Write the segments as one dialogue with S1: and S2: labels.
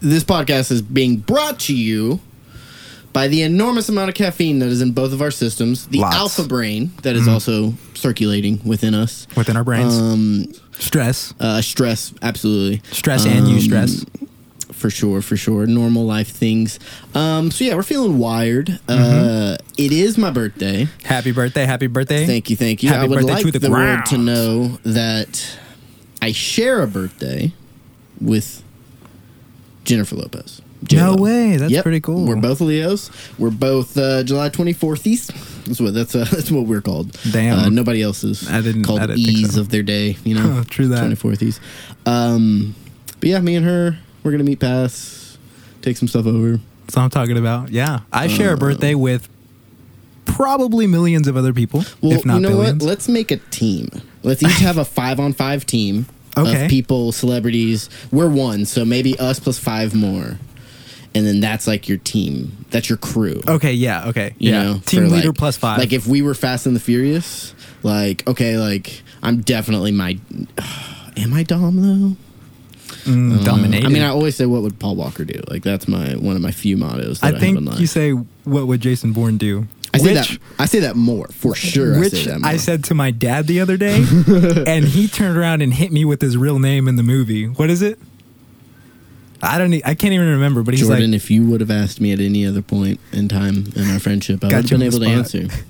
S1: this podcast is being brought to you by the enormous amount of caffeine that is in both of our systems, the
S2: Lots.
S1: alpha brain that is also circulating within us,
S2: within our brains.
S1: um,
S2: stress,
S1: uh, stress, absolutely, Um,
S2: stress, and you stress.
S1: for sure, for sure, normal life things. Um, so yeah, we're feeling wired.
S2: Mm-hmm.
S1: Uh, it is my birthday.
S2: Happy birthday! Happy birthday!
S1: Thank you, thank you.
S2: Happy
S1: I would
S2: birthday
S1: like
S2: to
S1: the,
S2: the
S1: world to
S2: ground.
S1: know that I share a birthday with Jennifer Lopez. J-Lo.
S2: way. That's pretty cool.
S1: We're both Leos. We're both uh, July twenty fourth East. That's what that's uh, that's what we're called.
S2: Damn.
S1: uh, nobody else is.
S2: I didn't-
S1: called
S2: I didn't think
S1: E's
S2: so.
S1: of their day. You know,
S2: Huh, true that.
S1: twenty fourth East. Um, but yeah, me and her, we're gonna meet pass, take some stuff over.
S2: That's what I'm talking about. Yeah, I share
S1: Uh,
S2: a birthday with probably millions of other people,
S1: Well,
S2: if not
S1: you know
S2: billions.
S1: what? Let's make a team. Let's each have a five on five team
S2: Okay.
S1: of people, celebrities. We're one, so maybe us plus five more, and then that's like your team. That's your crew.
S2: Okay, yeah, okay,
S1: You
S2: Oh, yeah.
S1: know,
S2: Team
S1: for,
S2: leader
S1: like-
S2: plus five.
S1: Like if we were Fast and the Furious, like okay, like I'm definitely my. Am I Dom though?
S2: Mm, dominated.
S1: uh, I mean, I always say, "What would Paul Walker do?" Like that's my one of my few mottos. That I,
S2: I
S1: have in
S2: think
S1: life.
S2: you say, "What would Jason Bourne do?"
S1: I say
S2: which,
S1: that. I say that more for sure.
S2: Which
S1: I say that more.
S2: I said to my dad the other day, and he turned around and hit me with his real name in the movie. What is it? I don't. e- I can't even remember. But he's
S1: Jordan,
S2: like,
S1: if you would have asked me at any other point in time in our friendship, I would have
S2: you
S1: been
S2: on
S1: able
S2: the
S1: to answer.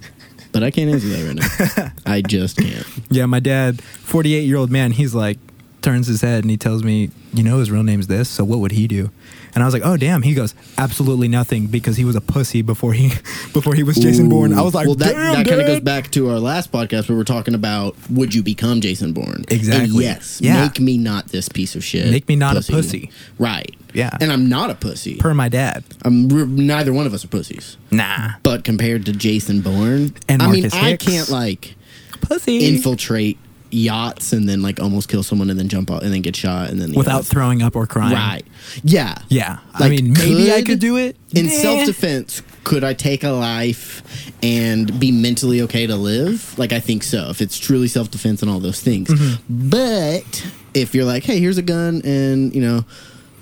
S1: But I can't answer that right now. I just can't.
S2: Yeah, my dad, 48 year old man, he's like, turns his head and he tells me, you know, his real name's this, so what would he do? And I was like, oh, damn. He goes, absolutely nothing because he was a pussy before he before he was Jason Bourne. I was like,
S1: well, that,
S2: damn,
S1: that kind of
S2: dad."
S1: goes back to our last podcast where we're talking about would you become Jason Bourne? And
S2: Exactly.
S1: yes.
S2: Yeah.
S1: Make me not this piece of shit.
S2: Make me not a pussy.
S1: Right.
S2: Yeah.
S1: And I'm not a pussy.
S2: Per my dad.
S1: I'm, we're, neither one of us are pussies.
S2: Nah.
S1: But compared to Jason Bourne,
S2: And
S1: I mean,
S2: Marcus
S1: I
S2: Hicks.
S1: can't like.
S2: Pussy.
S1: infiltrate yachts and then like almost kill someone and then jump out and then get shot and then the
S2: Without
S1: others-
S2: throwing up or crying.
S1: right yeah
S2: Yeah. I mean, maybe I could do it.
S1: in
S2: Nah.
S1: self defense could I take a life and be mentally okay to live like I think so if it's truly self defense and all those things
S2: Mm-hmm.
S1: but if you're like hey here's a gun and you know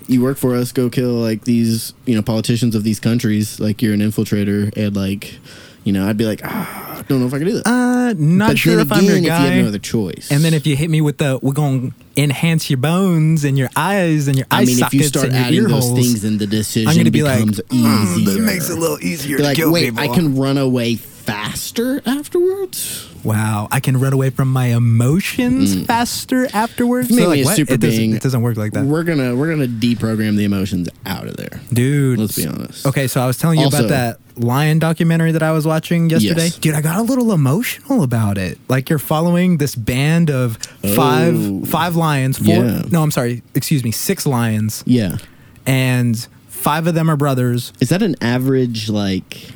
S1: you work for us go kill like these you know politicians of these countries like you're an infiltrator and like you know I'd be like ah, I don't know if I could do that
S2: Uh, not
S1: but
S2: sure
S1: then
S2: if I'm your
S1: again,
S2: guy.
S1: If you have no other choice.
S2: and then if you hit me with the, we're going to enhance your bones and your eyes and your eye
S1: I mean, if
S2: sockets
S1: you start
S2: and your
S1: adding
S2: ear
S1: those
S2: holes,
S1: things, then the decision
S2: I'm gonna be like,
S1: becomes
S2: "Mm,
S1: easier.
S2: that makes it a little easier
S1: You're
S2: to
S1: like,
S2: kill
S1: wait,
S2: people."
S1: I can run away faster afterwards.
S2: Wow, I can run away from my emotions faster afterwards.
S1: Mm. Maybe
S2: like,
S1: a
S2: what?
S1: super
S2: it doesn't,
S1: being.
S2: it doesn't work like that,
S1: We're gonna we're gonna deprogram the emotions out of there.
S2: dude.
S1: Let's be honest.
S2: Okay, so I was telling you
S1: Also-
S2: about that lion documentary that I was watching yesterday,
S1: Yes.
S2: dude. I got a little emotional about it. Like you're following this band of five
S1: Oh.
S2: five lions. Four,
S1: Yeah.
S2: No, I'm sorry. Excuse me, six lions,
S1: Yeah.
S2: and five of them are brothers.
S1: Is that an average like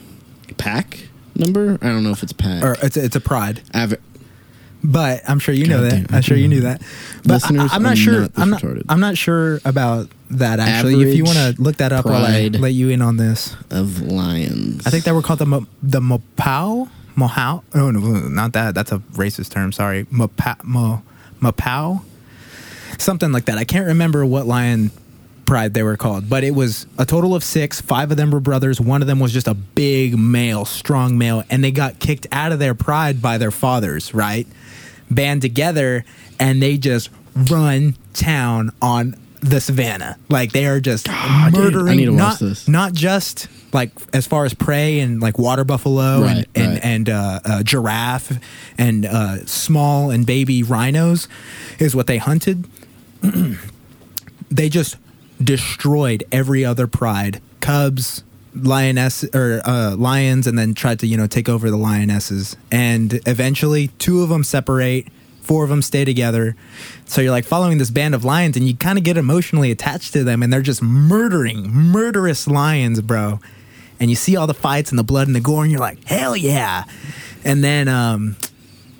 S1: pack number? I don't know if it's pack.
S2: Or uh, it's a, it's a pride,
S1: Aver-
S2: but I'm sure you know
S1: God
S2: that.
S1: damn.
S2: I'm sure you knew that. But
S1: Listeners,
S2: I, am not
S1: I'm
S2: sure.
S1: not this
S2: I'm not.
S1: retarded.
S2: I'm not sure about that actually. if you want
S1: Average
S2: to look that up, while I
S1: pride.
S2: let you in on this.
S1: of lions.
S2: I think they were called the Mo- the Mopao Mohao. Oh no, not that. That's a racist term. Sorry, Mopa- Mo Mopao, something like that. I can't remember what lion pride they were called, but it was a total of six. Five of them were brothers. One of them was just a big male, strong male, and they got kicked out of their pride by their fathers. Right, band together, and they just run town on the savannah. Like they are just
S1: dude, I
S2: murdering.
S1: need to watch
S2: not,
S1: this.
S2: not just like as far as prey and like water buffalo
S1: Right,
S2: and and,
S1: right.
S2: and uh, uh, giraffe and uh, small and baby rhinos is what they hunted. they just destroyed every other pride cubs lioness or uh, lions and then tried to you know take over the lionesses and eventually two of them separate four of them stay together so you're like following this band of lions and you kind of get emotionally attached to them and they're just murdering murderous lions bro and you see all the fights and the blood and the gore and you're like hell yeah and then um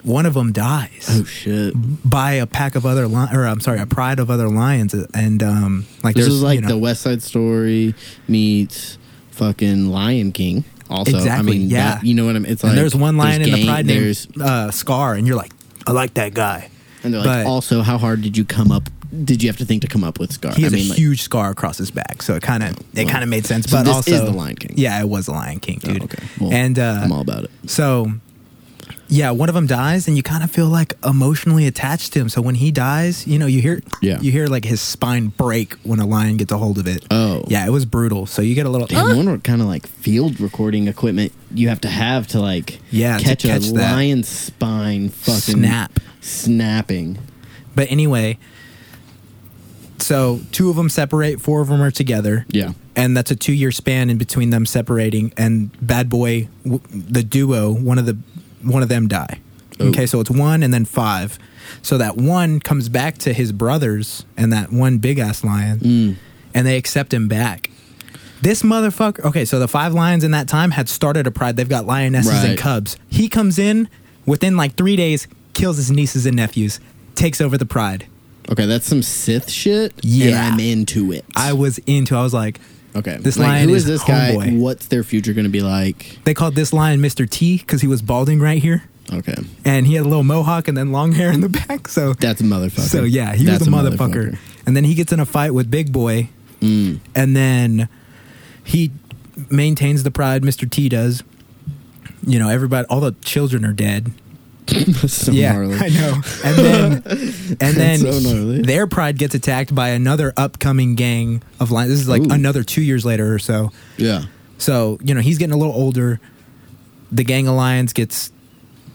S2: one of them dies
S1: Oh shit!
S2: by a pack of other lions, or I'm sorry, a pride of other lions, and um, like
S1: This
S2: there's
S1: is like
S2: you know,
S1: the West Side Story meets fucking Lion King. Also,
S2: Exactly,
S1: I mean,
S2: yeah.
S1: that- you know what I mean. It's like
S2: and there's one lion in
S1: gang-
S2: the pride
S1: there's-
S2: named uh, Scar, and you're like, I like that guy,
S1: And they're like,
S2: But-
S1: also, how hard did you come up did you have to think to come up with scar?
S2: He has
S1: I mean,
S2: a
S1: like-
S2: huge scar across his back, so it kind of it
S1: well,
S2: kind of made sense.
S1: so
S2: But
S1: this
S2: also,
S1: is The Lion King.
S2: Yeah, it was the Lion King,
S1: Oh,
S2: dude.
S1: okay. Well,
S2: and uh,
S1: I'm all about it.
S2: So, yeah, one of them dies, and you kind of feel like emotionally attached to him. So when he dies, you know, you hear,
S1: Yeah.
S2: you hear like his spine break when a lion gets a hold of it.
S1: Oh.
S2: yeah, it was brutal. So you get a little.
S1: Damn, I wonder what kind of like field recording equipment you have to have to like
S2: Yeah, to
S1: catch,
S2: catch
S1: a
S2: that
S1: lion spine fucking
S2: Snap.
S1: snapping.
S2: But anyway, so two of them separate, four of them are together.
S1: Yeah.
S2: And that's a two year span in between them separating. And Bad Boy, w- the duo, one of the one of them die.
S1: Oh.
S2: Okay, so it's one and then five. So that one comes back to his brothers and that one big ass lion,
S1: Mm.
S2: and they accept him back. This motherfucker. Okay, so the five lions in that time had started a pride. They've got lionesses and
S1: Right.
S2: cubs. He comes in within like three days, kills his nieces and nephews, takes over the pride.
S1: Okay, that's some Sith shit. and
S2: Yeah.
S1: I'm into it.
S2: I was into. I was like,
S1: okay.
S2: this
S1: like,
S2: lion
S1: who
S2: is
S1: is, this guy?
S2: homeboy.
S1: What's their future going to be like?
S2: they called this lion Mr. T because he was balding right here,
S1: Okay,
S2: and he had a little mohawk and then long hair in the back. So
S1: that's a motherfucker.
S2: So yeah, he
S1: That's
S2: was a motherfucker. And then he gets in a fight with Big Boy,
S1: Mm.
S2: and then he maintains the pride. Mr. T does. You know, everybody, all the children are dead.
S1: motherfucker. so
S2: yeah,
S1: gnarly.
S2: I know. And then, and then
S1: so gnarly.
S2: their pride gets attacked by another upcoming gang of lions. This is like
S1: Ooh.
S2: another two years later or so.
S1: Yeah.
S2: So you know he's getting a little older. The gang of lions gets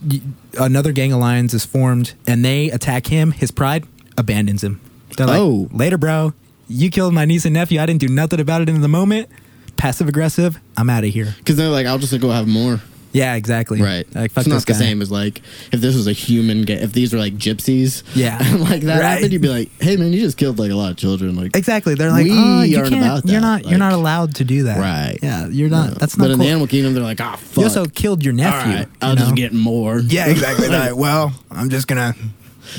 S2: y- another gang of lions is formed, and they attack him. His pride abandons him. They're like,
S1: Oh.
S2: later, bro. You killed my niece and nephew. I didn't do nothing about it in the moment. Passive aggressive. I'm out of here.
S1: Because they're like, I'll just go have more.
S2: Yeah, exactly.
S1: Right.
S2: Like, fuck
S1: it's not
S2: this
S1: the
S2: guy.
S1: same as like if this was a human ga- if these were like gypsies.
S2: Yeah.
S1: And like that
S2: Right.
S1: happened, you'd be like, Hey man, you just killed like a lot of children. Like
S2: Exactly. They're like,
S1: We
S2: oh, you
S1: aren't
S2: can't.
S1: about that,
S2: You're not. you're
S1: like-
S2: not allowed to do that.
S1: Right.
S2: Yeah. You're not. uh, That's
S1: But
S2: not
S1: in
S2: cool.
S1: the animal kingdom they're like, Ah fuck.
S2: you also killed your
S1: All
S2: nephew.
S1: right,
S2: you
S1: I'll just
S2: know?
S1: get more.
S2: Yeah, exactly. They're like, well, I'm just gonna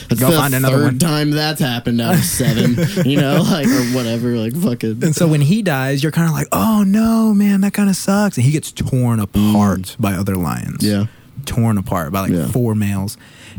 S1: That's
S2: go
S1: the
S2: find another
S1: third
S2: one.
S1: time that's happened out of seven. you know, like or whatever, like fucking
S2: And so when he dies, you're kind of like, oh no, man, that kind of sucks. And he gets torn apart by other lions.
S1: Mm. Yeah.
S2: Torn apart by like
S1: Yeah.
S2: four males.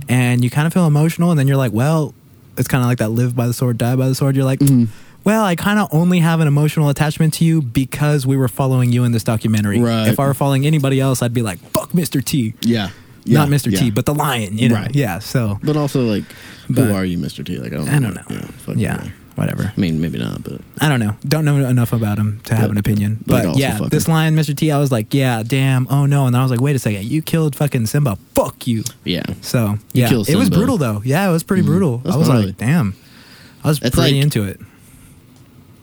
S2: And you kind of feel emotional. And then you're like, well, it's kind of like that live by the sword, die by the sword. You're like,
S1: Mm-hmm.
S2: well, I kind of only have an emotional attachment to you because we were following you in this documentary.
S1: Right.
S2: If I were following anybody else, I'd be like, fuck Mr. T.
S1: Yeah. yeah,
S2: Not Mr. T,
S1: yeah.
S2: but the lion, you know?
S1: Right.
S2: Yeah. So
S1: But also like
S2: But-
S1: who are you, Mr. T? Like I don't
S2: I don't know.
S1: Yeah. fuck
S2: yeah.
S1: you.
S2: Whatever.
S1: I mean maybe not, but
S2: I don't know. Don't know enough about him to have
S1: But-
S2: an opinion.
S1: but
S2: But
S1: also
S2: yeah,
S1: fucking-
S2: this line, Mr. T, I was like, yeah, damn, oh no. And then I was like, wait a second, you killed fucking Simba. Fuck you.
S1: yeah.
S2: So yeah,
S1: killed
S2: it was
S1: Simba. Mm-hmm.
S2: brutal though. Yeah, it was pretty brutal.
S1: That's
S2: I was
S1: gnarly.
S2: like, damn. I was
S1: That's
S2: pretty
S1: like-
S2: into it.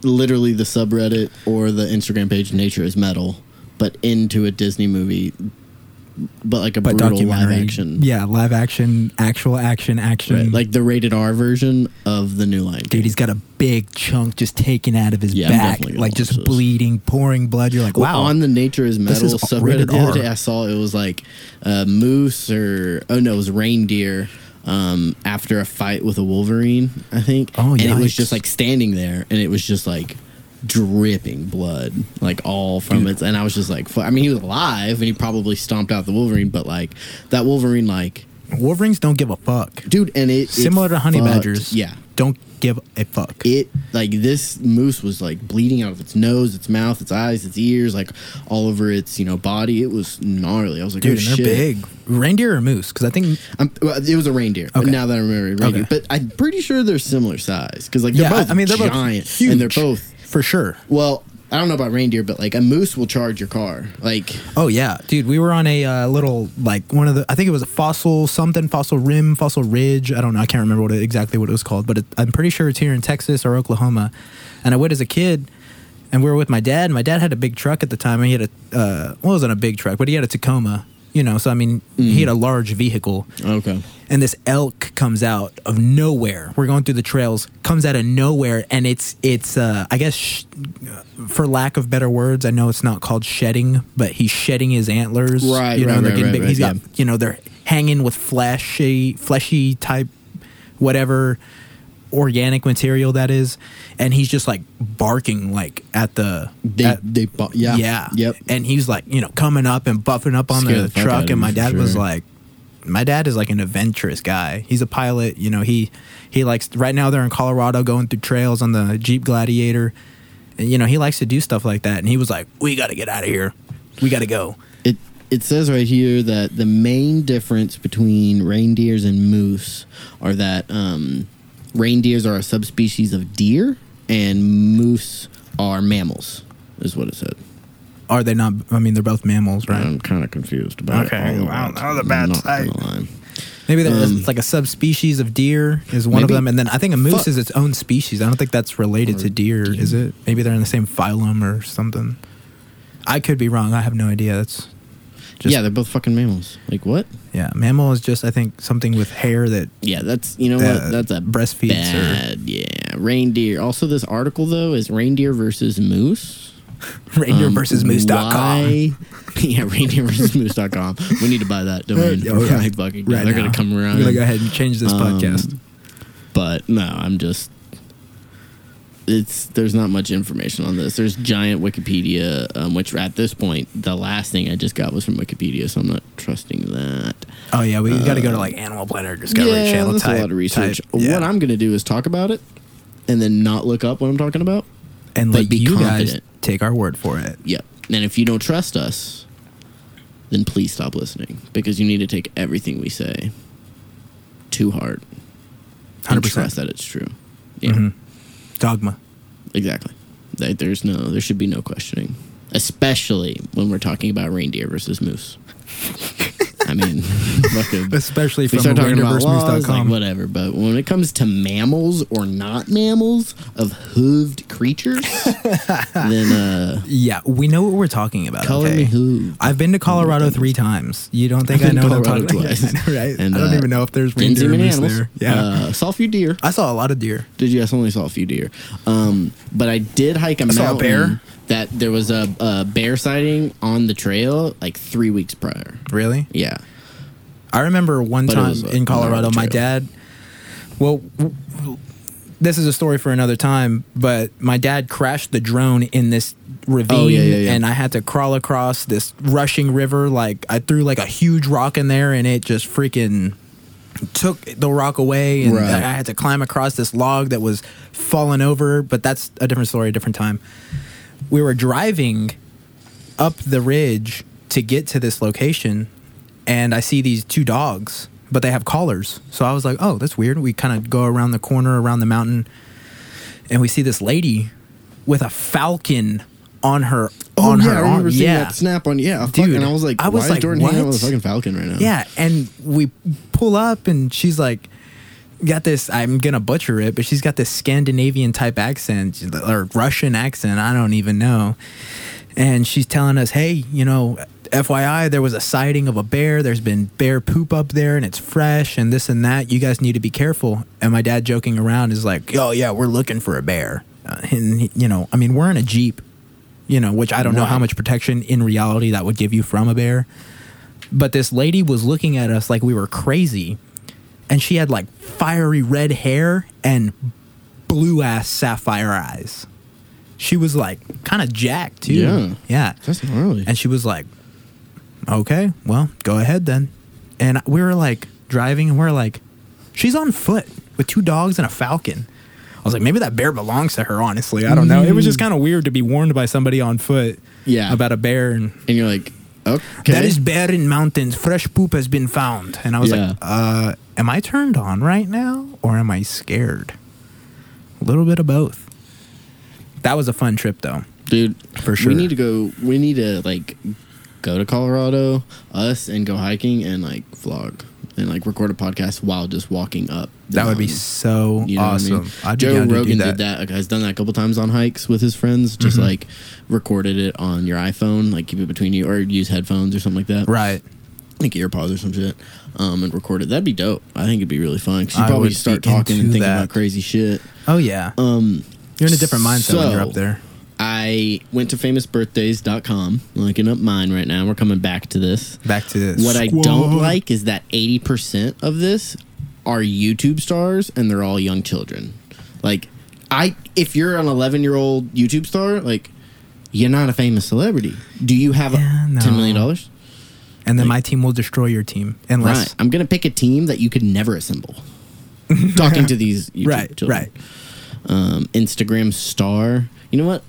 S1: literally the subreddit or the Instagram page Nature is Metal, but into a Disney movie, but like a
S2: But
S1: brutal live
S2: documentary,
S1: action.
S2: yeah, live action, actual action, action.
S1: Right, Like the rated R version of the new Lion King.
S2: dude, he's got a big chunk just taken out of his
S1: Yeah, I'm
S2: back,
S1: definitely gonna
S2: like
S1: watch
S2: just
S1: this.
S2: bleeding, pouring blood. You're like, wow.
S1: On the Nature is Metal
S2: is
S1: subreddit
S2: rated
S1: the
S2: R.
S1: other day, I saw it was like a moose or, oh no, it was reindeer um, after a fight with a wolverine, I think.
S2: Oh,
S1: And it was
S2: yikes.
S1: just like standing there and it was just like dripping blood, like all from it. And I was just like, fu- I mean, he was alive and he probably stomped out the wolverine, but like that wolverine, like,
S2: Wolverines don't give a fuck.
S1: dude, and it. it
S2: Similar to honey
S1: fucked-
S2: badgers.
S1: Yeah.
S2: Don't give a fuck.
S1: it like this moose was like bleeding out of its nose, its mouth, its eyes, its ears, like all over its you know body. It was gnarly. I was like, oh,
S2: Dude, and they're
S1: shit.
S2: big. Reindeer or moose? Because I think
S1: I'm, well, it was a reindeer. but
S2: Okay.
S1: Now that I remember, it, reindeer.
S2: Okay.
S1: But I'm pretty sure they're similar size because like they're both. I mean, they're
S2: both
S1: giant,
S2: huge.
S1: and they're both.
S2: for sure.
S1: Well, I don't know about reindeer, but like a moose will charge your car. Like
S2: Oh yeah, dude, we were on a uh, little like one of the I think it was a fossil something, fossil rim, fossil ridge. I don't know. I can't remember what it, exactly what it was called, but it, I'm pretty sure it's here in Texas or Oklahoma. And I went as a kid. And we were with my dad, and my dad had a big truck at the time. And he had a, uh, well, it wasn't a big truck, but he had a Tacoma, you know. So, I mean,
S1: Mm.
S2: he had a large vehicle.
S1: okay,
S2: and this elk comes out of nowhere. We're going through the trails, comes out of nowhere, and it's it's uh, I guess sh- uh, for lack of better words, I know it's not called shedding, but he's shedding his antlers.
S1: Right,
S2: you know,
S1: right,
S2: and they're
S1: right,
S2: getting
S1: right,
S2: big.
S1: right,
S2: He's got
S1: yeah.
S2: you know they're hanging with fleshy fleshy type whatever organic material that is, and he's just like barking like at the
S1: they
S2: at-
S1: they bu- yeah
S2: yeah.
S1: yep.
S2: And he's like, you know, coming up and buffing up on
S1: Scared
S2: the,
S1: the fuck out
S2: truck.
S1: of
S2: And
S1: me
S2: my
S1: for
S2: dad was
S1: sure.
S2: like, my dad is like an adventurous guy. He's a pilot. You know, he he likes right now they're in Colorado going through trails on the Jeep Gladiator, and you know he likes to do stuff like that. And he was like, "We got to get out of here. We got to go."
S1: It it says right here that the main difference between reindeers and moose are that um, reindeers are a subspecies of deer and moose are mammals. Is what it said.
S2: Are they not? I mean, they're both mammals, right?
S1: I'm kind of confused about it.
S2: Okay,
S1: all of
S2: wow,
S1: that.
S2: that was a
S1: I'm
S2: bad
S1: not gonna
S2: sight.
S1: lie.
S2: Maybe there's like a subspecies of deer is one
S1: Um, Maybe-
S2: of them, and then I think a moose
S1: Fuck.
S2: is its own species. I don't think that's related to deer, is it? Maybe they're in the same phylum or something. I could be wrong. I have no idea. That's just,
S1: yeah, they're both fucking mammals. Like what?
S2: yeah. Mammal is just I think something with hair that
S1: Yeah, that's you know
S2: that
S1: what? That's a
S2: Uh, breastfeeds or
S1: bad. Yeah, reindeer. Also, this article though is reindeer versus moose.
S2: reindeer
S1: Um,
S2: versus moose dot com.
S1: why- Yeah, reindeer versus moose.com. We need to buy that domain.
S2: Oh, yeah.
S1: Like, fucking, yeah, they're
S2: now.
S1: gonna come around.
S2: We're gonna go ahead and change this
S1: Um,
S2: podcast.
S1: But no, I'm just. It's there's not much information on this. There's giant Wikipedia, um, which at this point the last thing I just got was from Wikipedia, so I'm not trusting that.
S2: Oh yeah, we got to go to like Animal Planet or Discovery Channel
S1: that's
S2: type
S1: a lot of research.
S2: type- yeah.
S1: What I'm going to do is talk about it, and then not look up what I'm talking about.
S2: and
S1: but
S2: let
S1: be
S2: you guys
S1: confident.
S2: take our word for it.
S1: Yep. And if you don't trust us, then please stop listening because you need to take everything we say too hard. and
S2: Hundred
S1: Trust
S2: percent Mm-hmm.
S1: that it's true. Yeah.
S2: dogma.
S1: Exactly. Like, There's no. There should be no questioning, especially when we're talking about reindeer versus moose. I mean, fucking.
S2: especially
S1: we
S2: from
S1: start talking about laws, like
S2: reindeerversemoose.com.
S1: whatever. But when it comes to mammals or not mammals of hooved creatures, then uh,
S2: yeah, we know what we're talking about.
S1: Color
S2: okay?
S1: me who.
S2: I've been to Colorado three times. You don't think I
S1: been
S2: know
S1: to
S2: what I'm
S1: Colorado
S2: talking
S1: twice.
S2: about? I know, right?
S1: And,
S2: I don't
S1: uh,
S2: even know if there's
S1: didn't see
S2: reindeer or
S1: many
S2: moose
S1: animals.
S2: there. Yeah,
S1: uh, saw a few deer.
S2: I saw a lot of deer.
S1: Did you? I only saw a few deer. Um, but I did hike a mountain.
S2: saw a bear.
S1: That there was a, a bear sighting on the trail like three weeks prior.
S2: Really?
S1: Yeah.
S2: I remember one
S1: But it
S2: time
S1: was, uh,
S2: in Colorado,
S1: Colorado
S2: my
S1: Trail.
S2: dad. Well, w- w- this is a story for another time, but my dad crashed the drone in this ravine,
S1: Oh, yeah, yeah.
S2: and I had to crawl across this rushing river. Like I threw like a huge rock in there, and it just freaking took the rock away, and
S1: Right.
S2: I had to climb across this log that was falling over. But that's a different story, a different time. We were driving up the ridge to get to this location and I see these two dogs, but they have collars. So I was like, oh, that's weird. We kind of go around the corner, around the mountain, and we see this lady with a falcon on her
S1: Oh,
S2: on
S1: yeah, I
S2: her
S1: remember
S2: arm.
S1: seeing
S2: Yeah.
S1: that snap on yeah,
S2: Dude,
S1: fucking, I was like,
S2: I was
S1: why
S2: like,
S1: is Jordan hanging out
S2: what?
S1: with a fucking falcon right now?
S2: Yeah, and we pull up and she's like got this I'm going to butcher it, but she's got this Scandinavian type accent or Russian accent, I don't even know. And she's telling us, "Hey, you know, FYI, there was a sighting of a bear. There's been bear poop up there and it's fresh and this and that. You guys need to be careful." And my dad joking around is like, "Oh yeah, we're looking for a bear." Uh, and he- you know, I mean, we're in a Jeep, you know, which I don't know how
S1: Right.
S2: much protection in reality that would give you from a bear but this lady was looking at us like we were crazy and she had like fiery red hair and blue ass sapphire eyes she was like kind of jacked too
S1: Yeah.
S2: yeah
S1: That's gnarly.
S2: and she was like okay well go ahead then and we were like driving and we're like she's on foot with two dogs and a falcon i was like maybe that bear belongs to her honestly i don't know it was just kind of weird to be warned by somebody on foot
S1: Mm. Yeah.
S2: about a bear and
S1: And you're like, okay.
S2: that is bear in mountains. Fresh poop has been found. And I was
S1: Yeah.
S2: like, uh, am I turned on right now or am I scared? A little bit of both. That was a fun trip though.
S1: dude
S2: For sure.
S1: we need to go we need to like go to colorado us and go hiking and like vlog and like record a podcast while just walking up the
S2: That would be
S1: mountain.
S2: so
S1: You know what I mean?
S2: awesome. I'd be
S1: Joe
S2: down to do
S1: Rogan did that. Like, has done that a couple times on hikes with his friends. Just
S2: Mm-hmm.
S1: like recorded it on your iPhone, like keep it between you, or use headphones or something like that.
S2: Right.
S1: like earpods or some shit, um, and record it. That'd be dope. I think it'd be really fun. 'cause you
S2: I
S1: probably
S2: would
S1: start
S2: be
S1: talking and
S2: into
S1: thinking
S2: that.
S1: about crazy shit.
S2: Oh yeah.
S1: Um,
S2: you're in a different mindset when you're up
S1: so-
S2: there.
S1: I went to famousbirthdays.com, looking up mine right now. We're coming back to this.
S2: Back to this.
S1: What I
S2: Squad.
S1: don't like is that 80% of this are YouTube stars and they're all young children. Like I if you're an 11-year-old YouTube star, like you're not a famous celebrity. Do you have
S2: Yeah,
S1: a $10 million
S2: no.
S1: dollars?
S2: and then my team will destroy your team unless
S1: Right. I'm gonna pick a team that you could never assemble. Talking to these YouTube
S2: right,
S1: children.
S2: right.
S1: Um, Instagram star. You know what?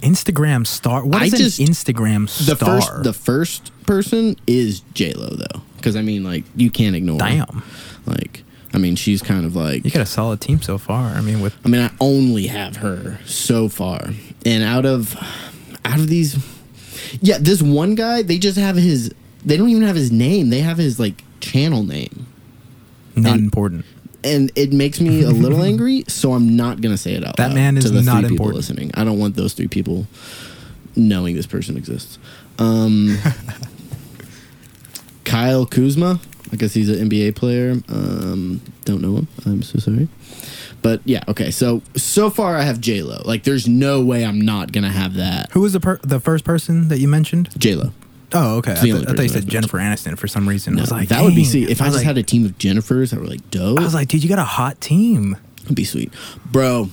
S2: Instagram star. What
S1: I
S2: is
S1: just-
S2: an Instagram star?
S1: The first the first person is J Lo though, because I mean like you can't ignore. her.
S2: Damn.
S1: Like I mean she's kind of like.
S2: you got a solid team so far. I mean, with
S1: I mean I only have her so far, and out of out of these, yeah, this one guy they just have his. They don't even have his name. They have his like channel name.
S2: not important.
S1: and it makes me a little angry. So I'm not gonna say it out.
S2: That
S1: loud
S2: man is
S1: to the
S2: not
S1: three people
S2: important.
S1: listening. I don't want those three people knowing this person exists. Um, Kyle Kuzma. I guess he's an NBA player. Um, don't know him. I'm so sorry. But yeah, okay. So so far I have J Lo. Like, there's no way I'm not gonna have that.
S2: Who was the per- the first person that you mentioned?
S1: J Lo.
S2: Oh, okay. I,
S1: the
S2: th-
S1: only
S2: I thought you
S1: person
S2: said
S1: I've
S2: Jennifer Aniston for some reason. I was like,
S1: that would be
S2: dang.
S1: sweet. If I,
S2: was
S1: just
S2: like-
S1: had a team of Jennifers that were like dope,
S2: I was like, dude, you got a hot team.
S1: It'd be sweet. Bro,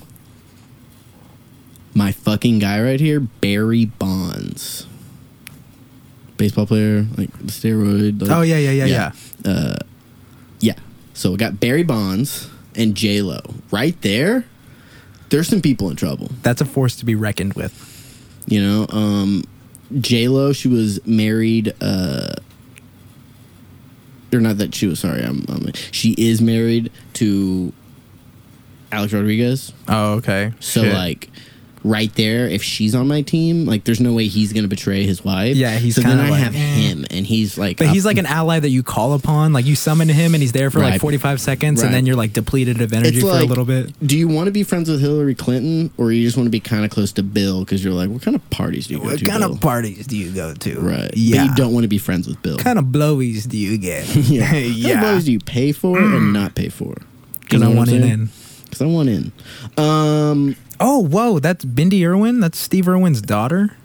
S1: my fucking guy right here, Barry Bonds. Baseball player, like the steroid. like-
S2: Oh yeah, yeah, yeah, yeah.
S1: Yeah. So we got Barry Bonds and J Lo. Right there, there's some people in trouble.
S2: That's a force to be reckoned with.
S1: You know, um, J Lo, she was married. Uh, or not that she was. Sorry, I'm, I'm. She is married to Alex Rodriguez.
S2: Oh, okay.
S1: So
S2: Shit.
S1: like right there, if she's on my team, like there's no way he's gonna betray his wife.
S2: Yeah, he's
S1: so then
S2: kinda
S1: I
S2: like,
S1: have
S2: eh.
S1: him, and he's like,
S2: But
S1: up-
S2: he's like an ally that you call upon. Like you summon him, and he's there for
S1: Right.
S2: like forty five seconds,
S1: Right.
S2: and then you're like depleted of energy
S1: It's
S2: for a
S1: like,
S2: little bit.
S1: Do you want to be friends with Hillary Clinton, or you just want to be kind of close to Bill because you're like, what kind of parties do you go
S2: What
S1: to?
S2: kind
S1: Bill?"
S2: of parties do you go to?
S1: right?
S2: Yeah.
S1: but you don't want to be friends with Bill.
S2: What kind of blowies do you get?
S1: yeah. What kind of
S2: yeah.
S1: parties do you pay for and not pay for?
S2: Because I want it in.
S1: Because I want in. Um.
S2: Oh, whoa! That's Bindi Irwin. That's Steve Irwin's daughter.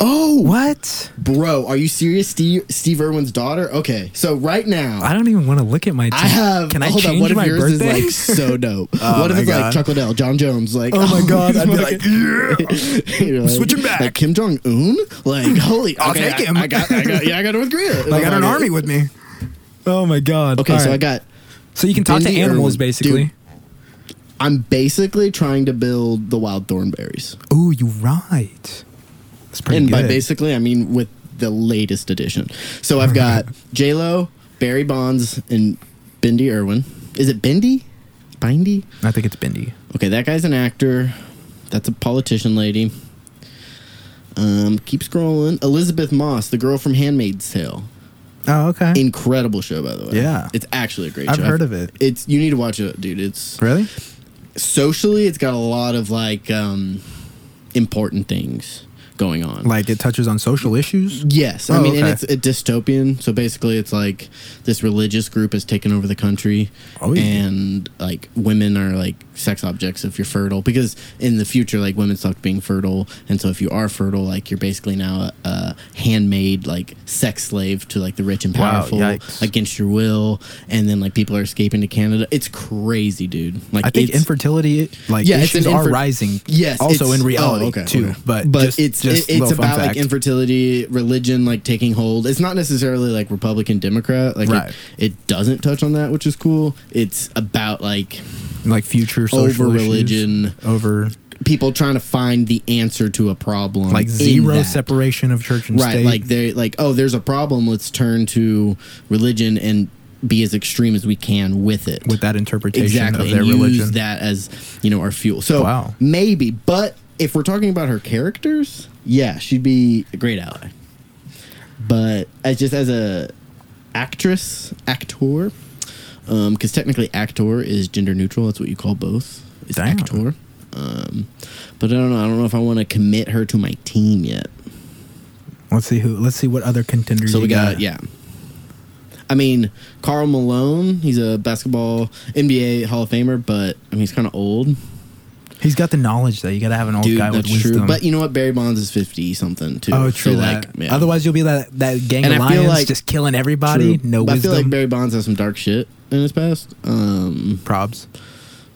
S1: Oh,
S2: What?
S1: bro, are you serious? Steve, Steve Irwin's daughter. Okay, so right now,
S2: I don't even want to look at my. Team.
S1: I have.
S2: Can I
S1: hold
S2: change
S1: on, what if
S2: my
S1: yours
S2: birthday?
S1: is like so dope?
S2: Oh
S1: what if
S2: my
S1: it's like
S2: God.
S1: Chuck Liddell, John Jones? Like,
S2: oh my god! I'd be like,
S1: You're like-
S2: switch it back.
S1: Like Kim Jong Un? Like, holy,
S2: I'll
S1: okay,
S2: take
S1: I-
S2: him.
S1: I, got, I got, yeah, I got it with Greer.
S2: I got an army with me. Oh my god!
S1: Okay,
S2: All
S1: so I
S2: right.
S1: got.
S2: So you can talk to
S1: Bindi
S2: animals,
S1: Irwin.
S2: basically.
S1: I'm basically trying to build the wild thornberries,
S2: Ooh, you right. That's pretty
S1: and
S2: good.
S1: by basically, I mean with the latest edition. So I've got J Lo, Barry Bonds, and Bindi Irwin. Is it Bindi? Bindy?
S2: I think it's Bindi.
S1: Okay, that guy's an actor. That's a politician lady. Um, keep scrolling. Elizabeth Moss, the girl from Handmaid's Tale.
S2: Oh, okay.
S1: Incredible show, by the way.
S2: Yeah.
S1: it's actually a great.
S2: I've
S1: show.
S2: heard of it.
S1: It's you need to watch it, dude. It's
S2: really?
S1: socially, it's got a lot of like um, important things going on.
S2: Like it touches on social issues.
S1: Yes, I
S2: Oh,
S1: mean, and
S2: okay.
S1: it's a dystopian. So basically, it's like this religious group has taken over the country,
S2: Oh, yeah.
S1: and like women are like sex objects if you're fertile, because in the future, like women stopped being fertile, and so if you are fertile, like you're basically now a, a handmade like sex slave to like the rich and
S2: Wow,
S1: powerful
S2: yikes.
S1: against your will, and then like people are escaping to Canada. It's crazy, dude. Like
S2: I think
S1: it's,
S2: infertility, like
S1: Yeah, it's an
S2: issues, are
S1: infer-
S2: rising.
S1: Yes,
S2: also
S1: it's-
S2: in reality
S1: oh, okay,
S2: too.
S1: okay.
S2: But just,
S1: it's
S2: just
S1: it- it's
S2: little fun
S1: about like
S2: fact.
S1: infertility, religion, like taking hold. It's not necessarily like Republican Democrat. Like it-
S2: Right.
S1: it, doesn't touch on that, which is cool. It's about like
S2: like future social
S1: over
S2: issues,
S1: religion.
S2: over
S1: people trying to find the answer to a problem,
S2: like
S1: in
S2: zero
S1: that.
S2: separation of church and
S1: Right,
S2: state.
S1: like they like oh, there's a problem. Let's turn to religion and be as extreme as we can with it.
S2: with that interpretation
S1: exactly
S2: of their
S1: and
S2: religion.
S1: use that as you know our fuel so
S2: Wow.
S1: maybe but if we're talking about her characters yeah she'd be a great ally but as just as a actress actor because technically actor is gender neutral that's what you call both is
S2: Damn.
S1: actor um, but i don't know i don't know if i want to commit her to my team yet
S2: Let's see who. Let's see what other contenders.
S1: so
S2: you
S1: we got, yeah. I mean, Carl Malone, he's a basketball NBA Hall of Famer, but I mean he's kind of old.
S2: He's got the knowledge though. You got to have an old
S1: Dude,
S2: guy with
S1: that's
S2: wisdom.
S1: true. But you know what? Barry Bonds is 50 something too.
S2: oh,
S1: So,
S2: true. that.
S1: yeah.
S2: Otherwise, you'll be that that gang
S1: And
S2: of
S1: I feel
S2: lions
S1: like-
S2: just killing
S1: True.
S2: everybody. No
S1: But I
S2: wisdom.
S1: feel like Barry Bonds has some dark shit in his past. Um,
S2: Probs.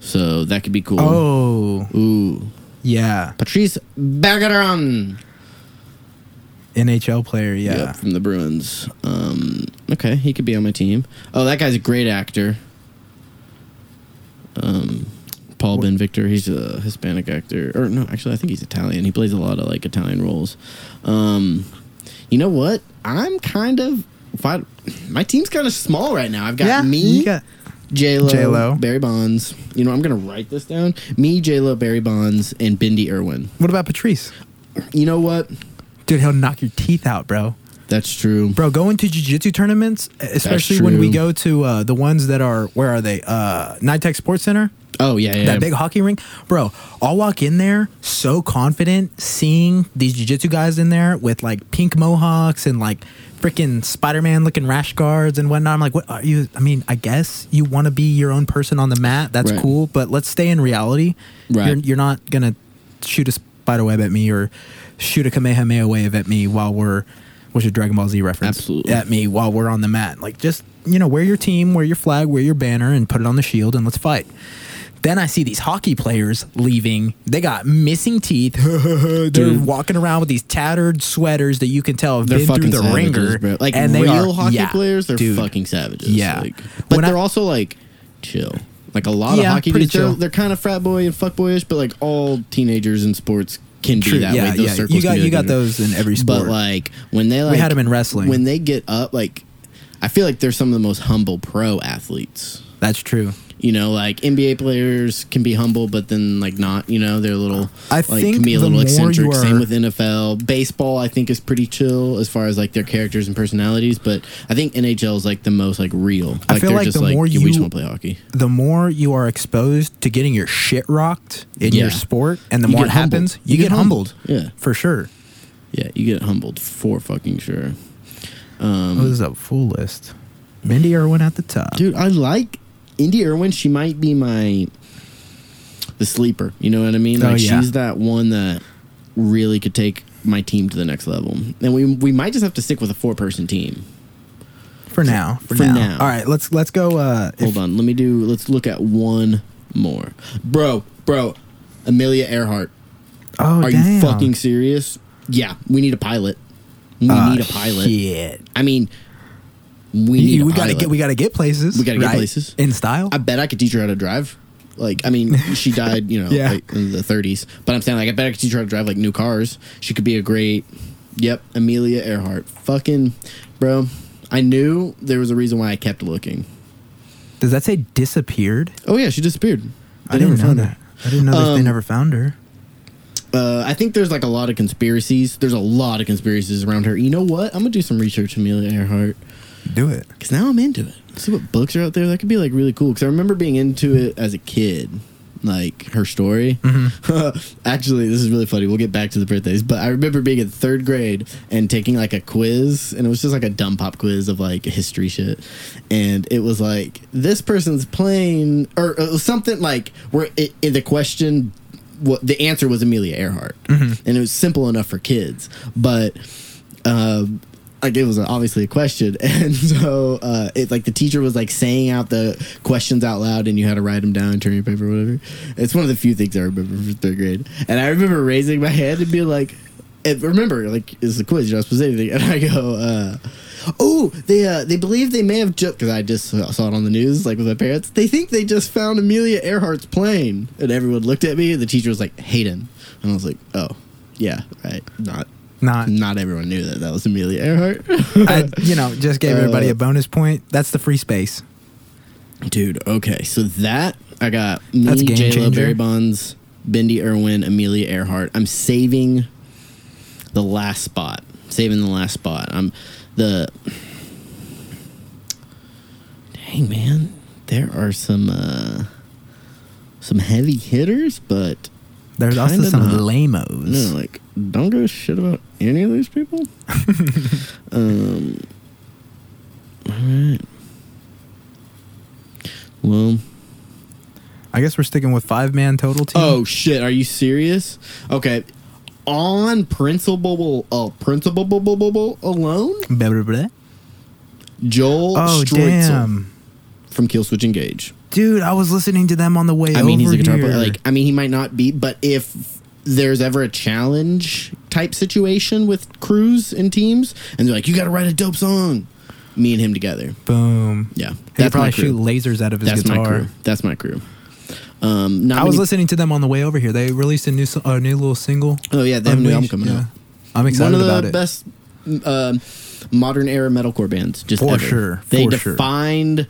S1: so that could be cool.
S2: Oh,
S1: Ooh.
S2: yeah.
S1: Patrice Bergeron.
S2: NHL player. Yeah.
S1: Yep, from the Bruins. Um, okay, he could be on my team. Oh, that guy's a great actor. Um, Paul Ben Victor. He's a Hispanic actor, or no, actually, I think he's Italian. He plays a lot of like Italian roles. Um, you know what? I'm kind of if I- my team's kind of small right now. I've got
S2: Yeah,
S1: me,
S2: you got-
S1: J Lo,
S2: J-Lo.
S1: Barry Bonds. You know, I'm gonna write this down. Me, J Lo, Barry Bonds, and Bindi Irwin.
S2: what about Patrice?
S1: You know what?
S2: Dude, he'll knock your teeth out, bro.
S1: That's true.
S2: Bro, going to jiu-jitsu tournaments, e-, especially when we
S1: true.
S2: go to uh, the ones that are where are they? Uh Nitech Sports Center.
S1: Oh yeah, yeah.
S2: that big hockey rink, bro. I'll walk in there so confident, seeing these jujitsu guys in there with like pink mohawks and like freaking Spider Man looking rash guards and whatnot. I'm like, what are you? I mean, I guess you want to be your own person on the mat. That's
S1: Right.
S2: cool, but let's stay in reality.
S1: Right.
S2: You're, you're not gonna shoot a spider web at me or shoot a kamehameha wave at me while we're what's your Dragon Ball Z reference
S1: Absolutely.
S2: at me while we're on the mat. Like just you know, wear your team, wear your flag, wear your banner, and put it on the shield, and let's fight. Then I see these hockey players leaving. They got missing teeth. They're walking around with these tattered sweaters that you can tell have
S1: They're
S2: been
S1: fucking
S2: through the
S1: savages,
S2: ringer.
S1: bro. Like
S2: and they
S1: real
S2: are-
S1: hockey
S2: yeah,
S1: players, they're
S2: dude.
S1: fucking savages.
S2: Yeah.
S1: like- but
S2: When I-
S1: they're also like chill. Like a lot
S2: Yeah,
S1: of hockey
S2: pretty
S1: dudes, they're,
S2: chill.
S1: they're kind of frat boy and fuck boyish, but like all teenagers in sports can be
S2: True,
S1: that
S2: yeah,
S1: way. Those
S2: yeah.
S1: circles
S2: You got-
S1: can be
S2: you got
S1: like that.
S2: those in every sport.
S1: But like when they like
S2: had 'em in wrestling.
S1: when they get up, like I feel like they're some of the most humble pro athletes.
S2: That's true.
S1: You know, like NBA players can be humble, but then like not. You know, they're a little.
S2: I
S1: like,
S2: think
S1: can be a
S2: the
S1: little
S2: more
S1: eccentric.
S2: you
S1: Same
S2: are-
S1: with NFL. Baseball, I think, is pretty chill as far as like their characters and personalities. But I think NHL is like the most like real. Like,
S2: I feel
S1: they're
S2: like
S1: just
S2: the
S1: like,
S2: more
S1: "Yeah, we just
S2: you-
S1: want to play hockey.
S2: The more you are exposed to getting your shit rocked in
S1: Yeah.
S2: your sport, and the
S1: You
S2: more it
S1: get humbled.
S2: happens, you, get, humbled.
S1: Yeah.
S2: for sure.
S1: Yeah, you get humbled for fucking sure,
S2: Oh, this is a full list. Mindy Irwin at the top.
S1: Um, dude. I like Indy Irwin. She might be my the sleeper. You know what I mean?
S2: Oh,
S1: Like
S2: yeah.
S1: she's that one that really could take my team to the next level. And we we might just have to stick with a four person team.
S2: for now. For,
S1: for
S2: now.
S1: now.
S2: All right, let's let's go. Uh, if-
S1: Hold on. Let me do. Let's look at one more, bro. Bro, Amelia Earhart.
S2: oh,
S1: Are you
S2: damn.
S1: fucking serious? Yeah, we need a pilot. We
S2: Ah,
S1: need a pilot.
S2: Shit.
S1: I mean, we
S2: We,
S1: need. a
S2: gotta
S1: pilot.
S2: get we gotta get places.
S1: We gotta get
S2: right?
S1: places.
S2: in style.
S1: I bet I could teach her how to drive. Like, I mean, she died, you know,
S2: Yeah.
S1: like, in the 30s. But I'm saying, like, I bet I could teach her how to drive like new cars. She could be a great. Yep, Amelia Earhart. Fucking, bro. I knew there was a reason why I kept looking.
S2: Does that say disappeared?
S1: Oh yeah, she disappeared.
S2: I didn't
S1: never
S2: know
S1: found her.
S2: that. I didn't know that they
S1: Um,
S2: never found her.
S1: Uh, I think there's like a lot of conspiracies. There's a lot of conspiracies around her. You know what? I'm gonna do some research, Amelia Earhart,
S2: Do it.
S1: because now I'm into it. See what books are out there that could be like really cool. Because I remember being into it as a kid, like her story. Mm-hmm. Actually, this is really funny. We'll get back to the birthdays, but I remember being in third grade and taking like a quiz, and it was just like a dumb pop quiz of like history shit, and it was like this person's plane or, or something like where it, it, the question what the answer was Amelia Earhart, and it was simple enough for kids, but um, like it was obviously a question, and so uh, it like the teacher was like saying out the questions out loud, and you had to write them down, turn your paper, whatever. It's one of the few things I remember from third grade, and I remember raising my hand and being like. And remember, like it's a quiz. You're not supposed to say anything. And I go, uh, "Oh, they uh, they believe they may have just because I just saw saw it on the news, like with my parents. They think they just found Amelia Earhart's plane." And everyone looked at me. And the teacher was like, "Hayden," and I was like, "Oh, yeah, right, not
S2: Not.
S1: not everyone knew that that was Amelia Earhart.
S2: I, you know, just gave everybody
S1: Uh,
S2: a bonus point. That's the free space.
S1: Dude, okay, so that I got me,
S2: That's a game
S1: J Lo,
S2: changer.
S1: Barry Bonds, Bendy Irwin, Amelia Earhart. I'm saving the last spot. Saving the last spot. I'm the. Dang man, there are some uh, some heavy hitters, but
S2: There's also
S1: kinda
S2: some
S1: not.
S2: lamos.
S1: No, like don't give a shit about any of these people. um. All right. Well.
S2: I guess we're sticking with five man total team.
S1: Oh shit! Are you serious? Okay. On principle, uh, principle bu- bu- bu- bu- alone,
S2: Blah, blah, blah.
S1: Joel
S2: Oh
S1: Streutzel
S2: damn,
S1: from Killswitch Engage.
S2: dude! I was listening to them on the way.
S1: I mean, he's
S2: over
S1: a guitar
S2: here.
S1: player. Like, I mean, he might not be, but if there's ever a challenge type situation with crews and teams, and they're like, "You got to write a dope song." Me and him together.
S2: Boom.
S1: Yeah,
S2: He
S1: that's my
S2: probably shoot
S1: crew.
S2: lasers out of his
S1: That's my
S2: guitar.
S1: crew. That's my crew. Um, not
S2: I was
S1: many-
S2: listening to them on the way over here. They released a new so- a new little single.
S1: Oh yeah, they have a new album
S2: Unleashed.
S1: coming
S2: Yeah.
S1: out.
S2: I'm excited
S1: One of the
S2: about it.
S1: best um modern era metalcore bands, just
S2: For
S1: ever.
S2: sure,
S1: They
S2: for sure.
S1: defined a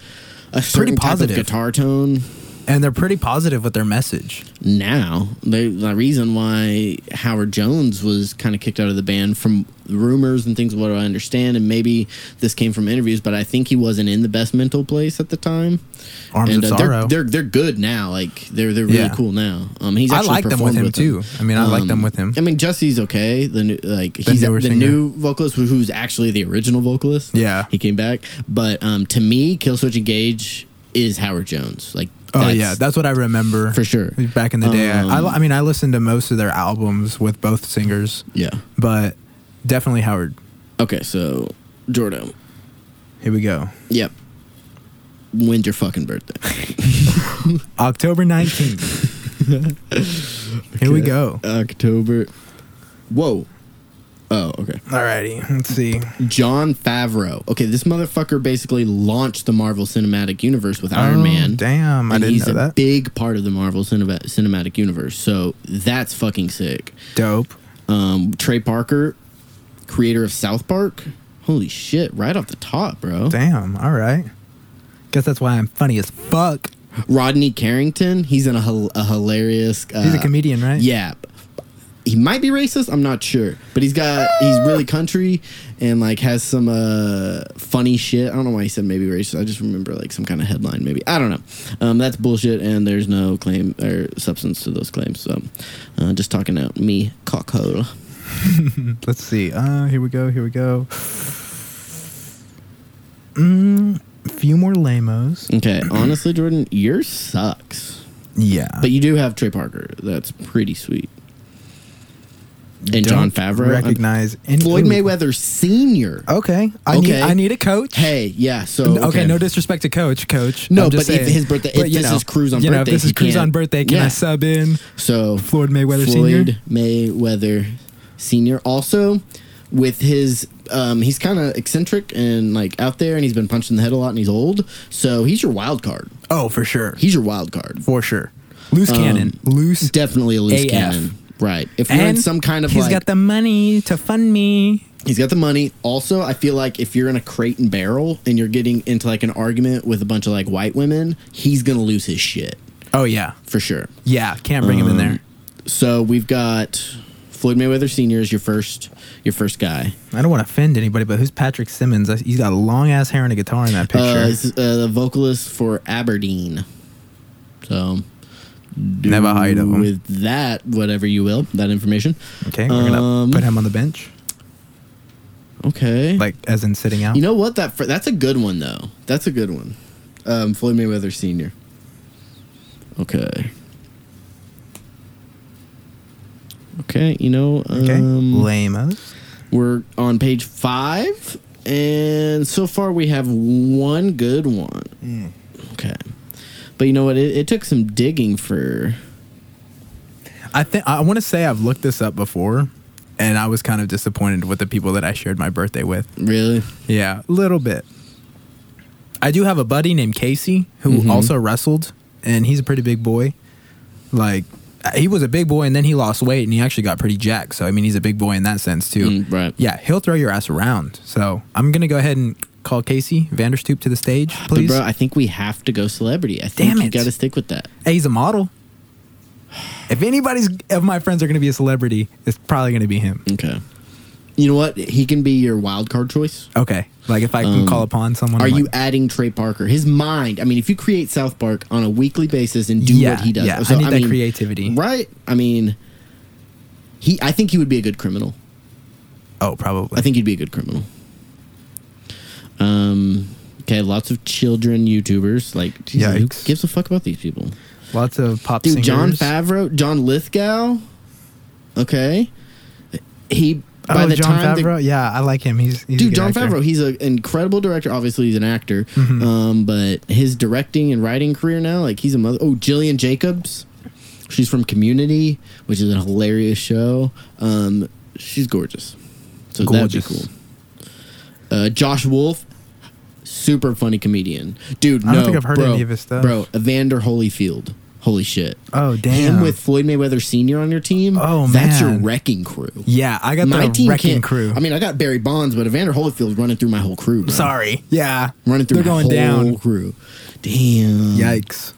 S2: Pretty
S1: certain
S2: positive.
S1: type of guitar tone.
S2: And they're pretty positive with their message.
S1: now the, the reason why howard jones was kind of kicked out of the band from rumors and things what i understand and maybe this came from interviews but i think he wasn't in the best mental place at the time
S2: Arms
S1: and
S2: of
S1: uh,
S2: Sorrow.
S1: they're, they're they're good now like they're they're really
S2: Yeah.
S1: cool now um he's
S2: I
S1: actually
S2: like them with
S1: performed
S2: him, too. I mean, I like them
S1: Um,
S2: with him.
S1: i mean jesse's okay the new like he's
S2: newer
S1: the
S2: singer.
S1: new vocalist who- who's actually the original vocalist
S2: Yeah.
S1: he came back but um to me killswitch engage is howard jones like
S2: Oh yeah, that's what I remember
S1: For sure.
S2: Back in the day, I,
S1: Um,
S2: I, I mean, I listened to most of their albums with both singers,
S1: yeah
S2: but definitely Howard.
S1: Okay, so Jordan.
S2: Here we go.
S1: Yep. When's your fucking birthday?
S2: October nineteenth. Here we go.
S1: October. Whoa. Oh, okay.
S2: Alrighty, let's see.
S1: John Favreau. Okay, this motherfucker basically launched the Marvel Cinematic Universe with Iron
S2: Oh,
S1: Man.
S2: Damn, I
S1: and
S2: didn't
S1: he's
S2: know
S1: a
S2: that.
S1: big part of the Marvel cinema- Cinematic Universe. So that's fucking sick.
S2: Dope.
S1: Um, Trey Parker, creator of South Park. Holy shit, right off the top, bro.
S2: Damn. All right. Guess that's why I'm funny as fuck.
S1: Rodney Carrington, he's in a, hil- a hilarious. Uh,
S2: He's a comedian, right?
S1: Yeah. He might be racist, I'm not sure. But he's got he's really country and like has some uh funny shit. I don't know why he said maybe racist. I just remember like some kind of headline maybe. I don't know. Um that's bullshit and there's no claim or substance to those claims. So uh, just talking out me cockhole.
S2: Let's see. Uh, here we go. Here we go. Mm, few more lamos.
S1: Okay, honestly Jordan, yours sucks.
S2: Yeah.
S1: But you do have Trey Parker. That's pretty sweet. And John Favreau. I'm-
S2: Recognize any-
S1: Floyd
S2: Ooh.
S1: Mayweather Sr.
S2: Okay. I need.
S1: Okay.
S2: I need a coach.
S1: Hey, yeah. So
S2: Okay. No disrespect to coach. Coach.
S1: No,
S2: I'm just
S1: but if
S2: saying.
S1: his birthday- if
S2: you
S1: this is Cruz on
S2: you know, if
S1: birthday,
S2: this is
S1: he
S2: Cruz on
S1: can't-
S2: birthday, can I
S1: Yeah.
S2: sub in?
S1: So
S2: Floyd Mayweather Sr.?
S1: Floyd Mayweather Sr. Also, with his, um, he's kind of eccentric and like out there, and he's been punched in the head a lot, and he's old. So he's your wild card.
S2: Oh, for sure.
S1: He's your wild card.
S2: For sure. Loose
S1: Um,
S2: cannon. Loose.
S1: Definitely a loose
S2: AF.
S1: cannon, right? If you're in some kind of
S2: he's
S1: like,
S2: got the money to fund me.
S1: he's got the money. Also, I feel like if you're in a crate and barrel and you're getting into like an argument with a bunch of like white women, he's gonna lose his shit
S2: Oh yeah,
S1: for sure.
S2: yeah. Can't bring him
S1: Um,
S2: in there.
S1: So we've got Floyd Mayweather Sr. is your first, your first guy.
S2: I don't want to offend anybody, but who's Patrick Simmons? I- He's got long ass hair and a guitar in that picture.
S1: Uh, this is, uh, the vocalist for Aberdeen. So
S2: Never heard of him.
S1: With that, whatever you will, that information.
S2: okay, we're gonna
S1: um,
S2: put him on the bench,
S1: Okay.
S2: like as in sitting out.
S1: you know what? That fir- that's a good one though. That's a good one. Um, Floyd Mayweather Sr. Okay. Okay. You know. Um,
S2: okay, lamos.
S1: We're on page five, and so far we have one good one.
S2: Hmm.
S1: Okay. But you know what? It, it took some digging for.
S2: I think I want to say I've looked this up before, and I was kind of disappointed with the people that I shared my birthday with.
S1: Really?
S2: Yeah, a little bit. I do have a buddy named Casey who
S1: Mm-hmm.
S2: also wrestled, and he's a pretty big boy. Like, he was a big boy, and then he lost weight, and he actually got pretty jacked. So, I mean, he's a big boy in that sense, too.
S1: Mm, right.
S2: Yeah, he'll throw your ass around. So, I'm going to go ahead and call Casey Vanderstoop to the stage,
S1: But
S2: please.
S1: bro, I think we have to go celebrity. I think
S2: Damn
S1: you
S2: it.
S1: got to stick with that.
S2: hey, he's a model. If anybody's of my friends are going to be a celebrity, it's probably going to be him.
S1: Okay. You know what? He can be your wild card choice.
S2: Okay. Like, if I can call upon someone,
S1: Um, Are
S2: I'm
S1: you
S2: like,
S1: adding Trey Parker? His mind. I mean, if you create South Park on a weekly basis and do
S2: Yeah,
S1: what he does,
S2: yeah, I need that creativity.
S1: right? I mean, he. I think he would be a good criminal.
S2: oh, probably.
S1: I think you'd be a good criminal. Um. Okay, lots of children YouTubers. Like, Jesus, who
S2: Yikes.
S1: gives a fuck about these people?
S2: lots of pop
S1: Dude,
S2: singers.
S1: John Favreau, John Lithgow. Okay, he. By
S2: oh,
S1: the
S2: John
S1: time the-
S2: Favreau. yeah, I like him. He's, he's
S1: dude,
S2: a good
S1: John
S2: actor. Mm-hmm.
S1: Favreau, he's an incredible director. Obviously, he's an actor. Um, but his directing and writing career now, like he's a mother. Oh, Jillian Jacobs, she's from Community, which is a hilarious show. Um, she's gorgeous. So
S2: Gorgeous.
S1: that'd be cool. Uh, Josh Wolf, super funny comedian, dude.
S2: I don't
S1: no,
S2: think I've heard
S1: bro,
S2: any of his stuff.
S1: bro. Evander Holyfield, holy shit.
S2: Oh,
S1: Him
S2: damn.
S1: with Floyd Mayweather Senior on your team.
S2: Oh,
S1: that's your
S2: man.
S1: wrecking crew.
S2: Yeah, I got
S1: My
S2: the
S1: team
S2: wrecking
S1: can't-
S2: crew.
S1: I mean, I got Barry Bonds, but Evander Holyfield's running through my whole crew. Bro.
S2: sorry. Yeah,
S1: running through
S2: They're
S1: my
S2: going
S1: whole
S2: down.
S1: crew. Damn.
S2: Yikes!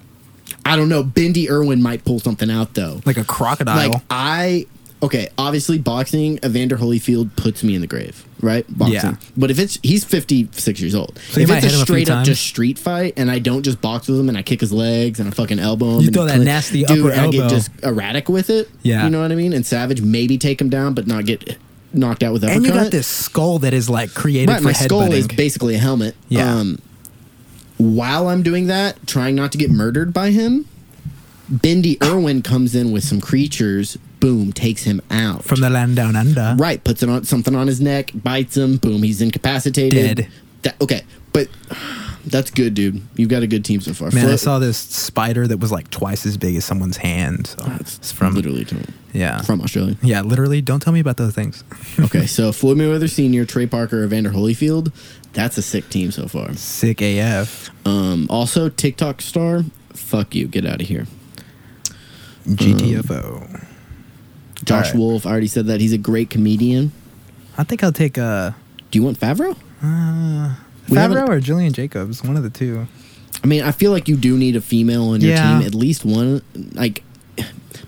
S1: I don't know. Bendy Irwin might pull something out though.
S2: Like a crocodile.
S1: Like I okay, obviously boxing, Evander Holyfield puts me in the grave, right? Boxing.
S2: Yeah.
S1: But if it's he's fifty six years old.
S2: So you
S1: if
S2: might
S1: it's
S2: hit him a few
S1: straight up
S2: times?
S1: just street fight and I don't just box with him and I kick his legs and I fucking elbow him
S2: You
S1: and
S2: throw that
S1: clinch-
S2: nasty
S1: dude,
S2: upper
S1: I get
S2: elbow.
S1: just erratic with it.
S2: Yeah.
S1: You know what I mean? And Savage maybe take him down but not get knocked out with uppercut.
S2: and you got this skull that is like created
S1: Right,
S2: for
S1: my skull is
S2: headbutting.
S1: basically a helmet.
S2: Yeah.
S1: Um, while I'm doing that, trying not to get murdered by him, Bendy
S2: Ah.
S1: Irwin comes in with some creatures. Boom, takes him out
S2: from the land down under.
S1: right. Puts it on something on his neck, bites him. Boom, he's incapacitated.
S2: Dead.
S1: That- okay, but that's good, dude. You've got a good team so far.
S2: Man, I
S1: Flo-
S2: saw this spider that was like twice as big as someone's hand. So it's from Ah.
S1: literally to-
S2: yeah,
S1: Uh, from Australia.
S2: yeah, literally. Don't tell me about those things.
S1: okay, so Floyd Mayweather Senior, Trey Parker, Evander Holyfield. That's a sick team so far.
S2: Sick AF.
S1: Um, also, TikTok star. Fuck you. Get out of here.
S2: GTFO.
S1: Mm. Josh
S2: All right.
S1: Wolf, I already said that. He's a great comedian.
S2: I think I'll take uh,
S1: Do you want Favreau?
S2: uh
S1: We haven't-
S2: Favreau or Julian Jacobs, one of the two.
S1: I mean, I feel like you do need a female on your
S2: Yeah.
S1: team, at least one, like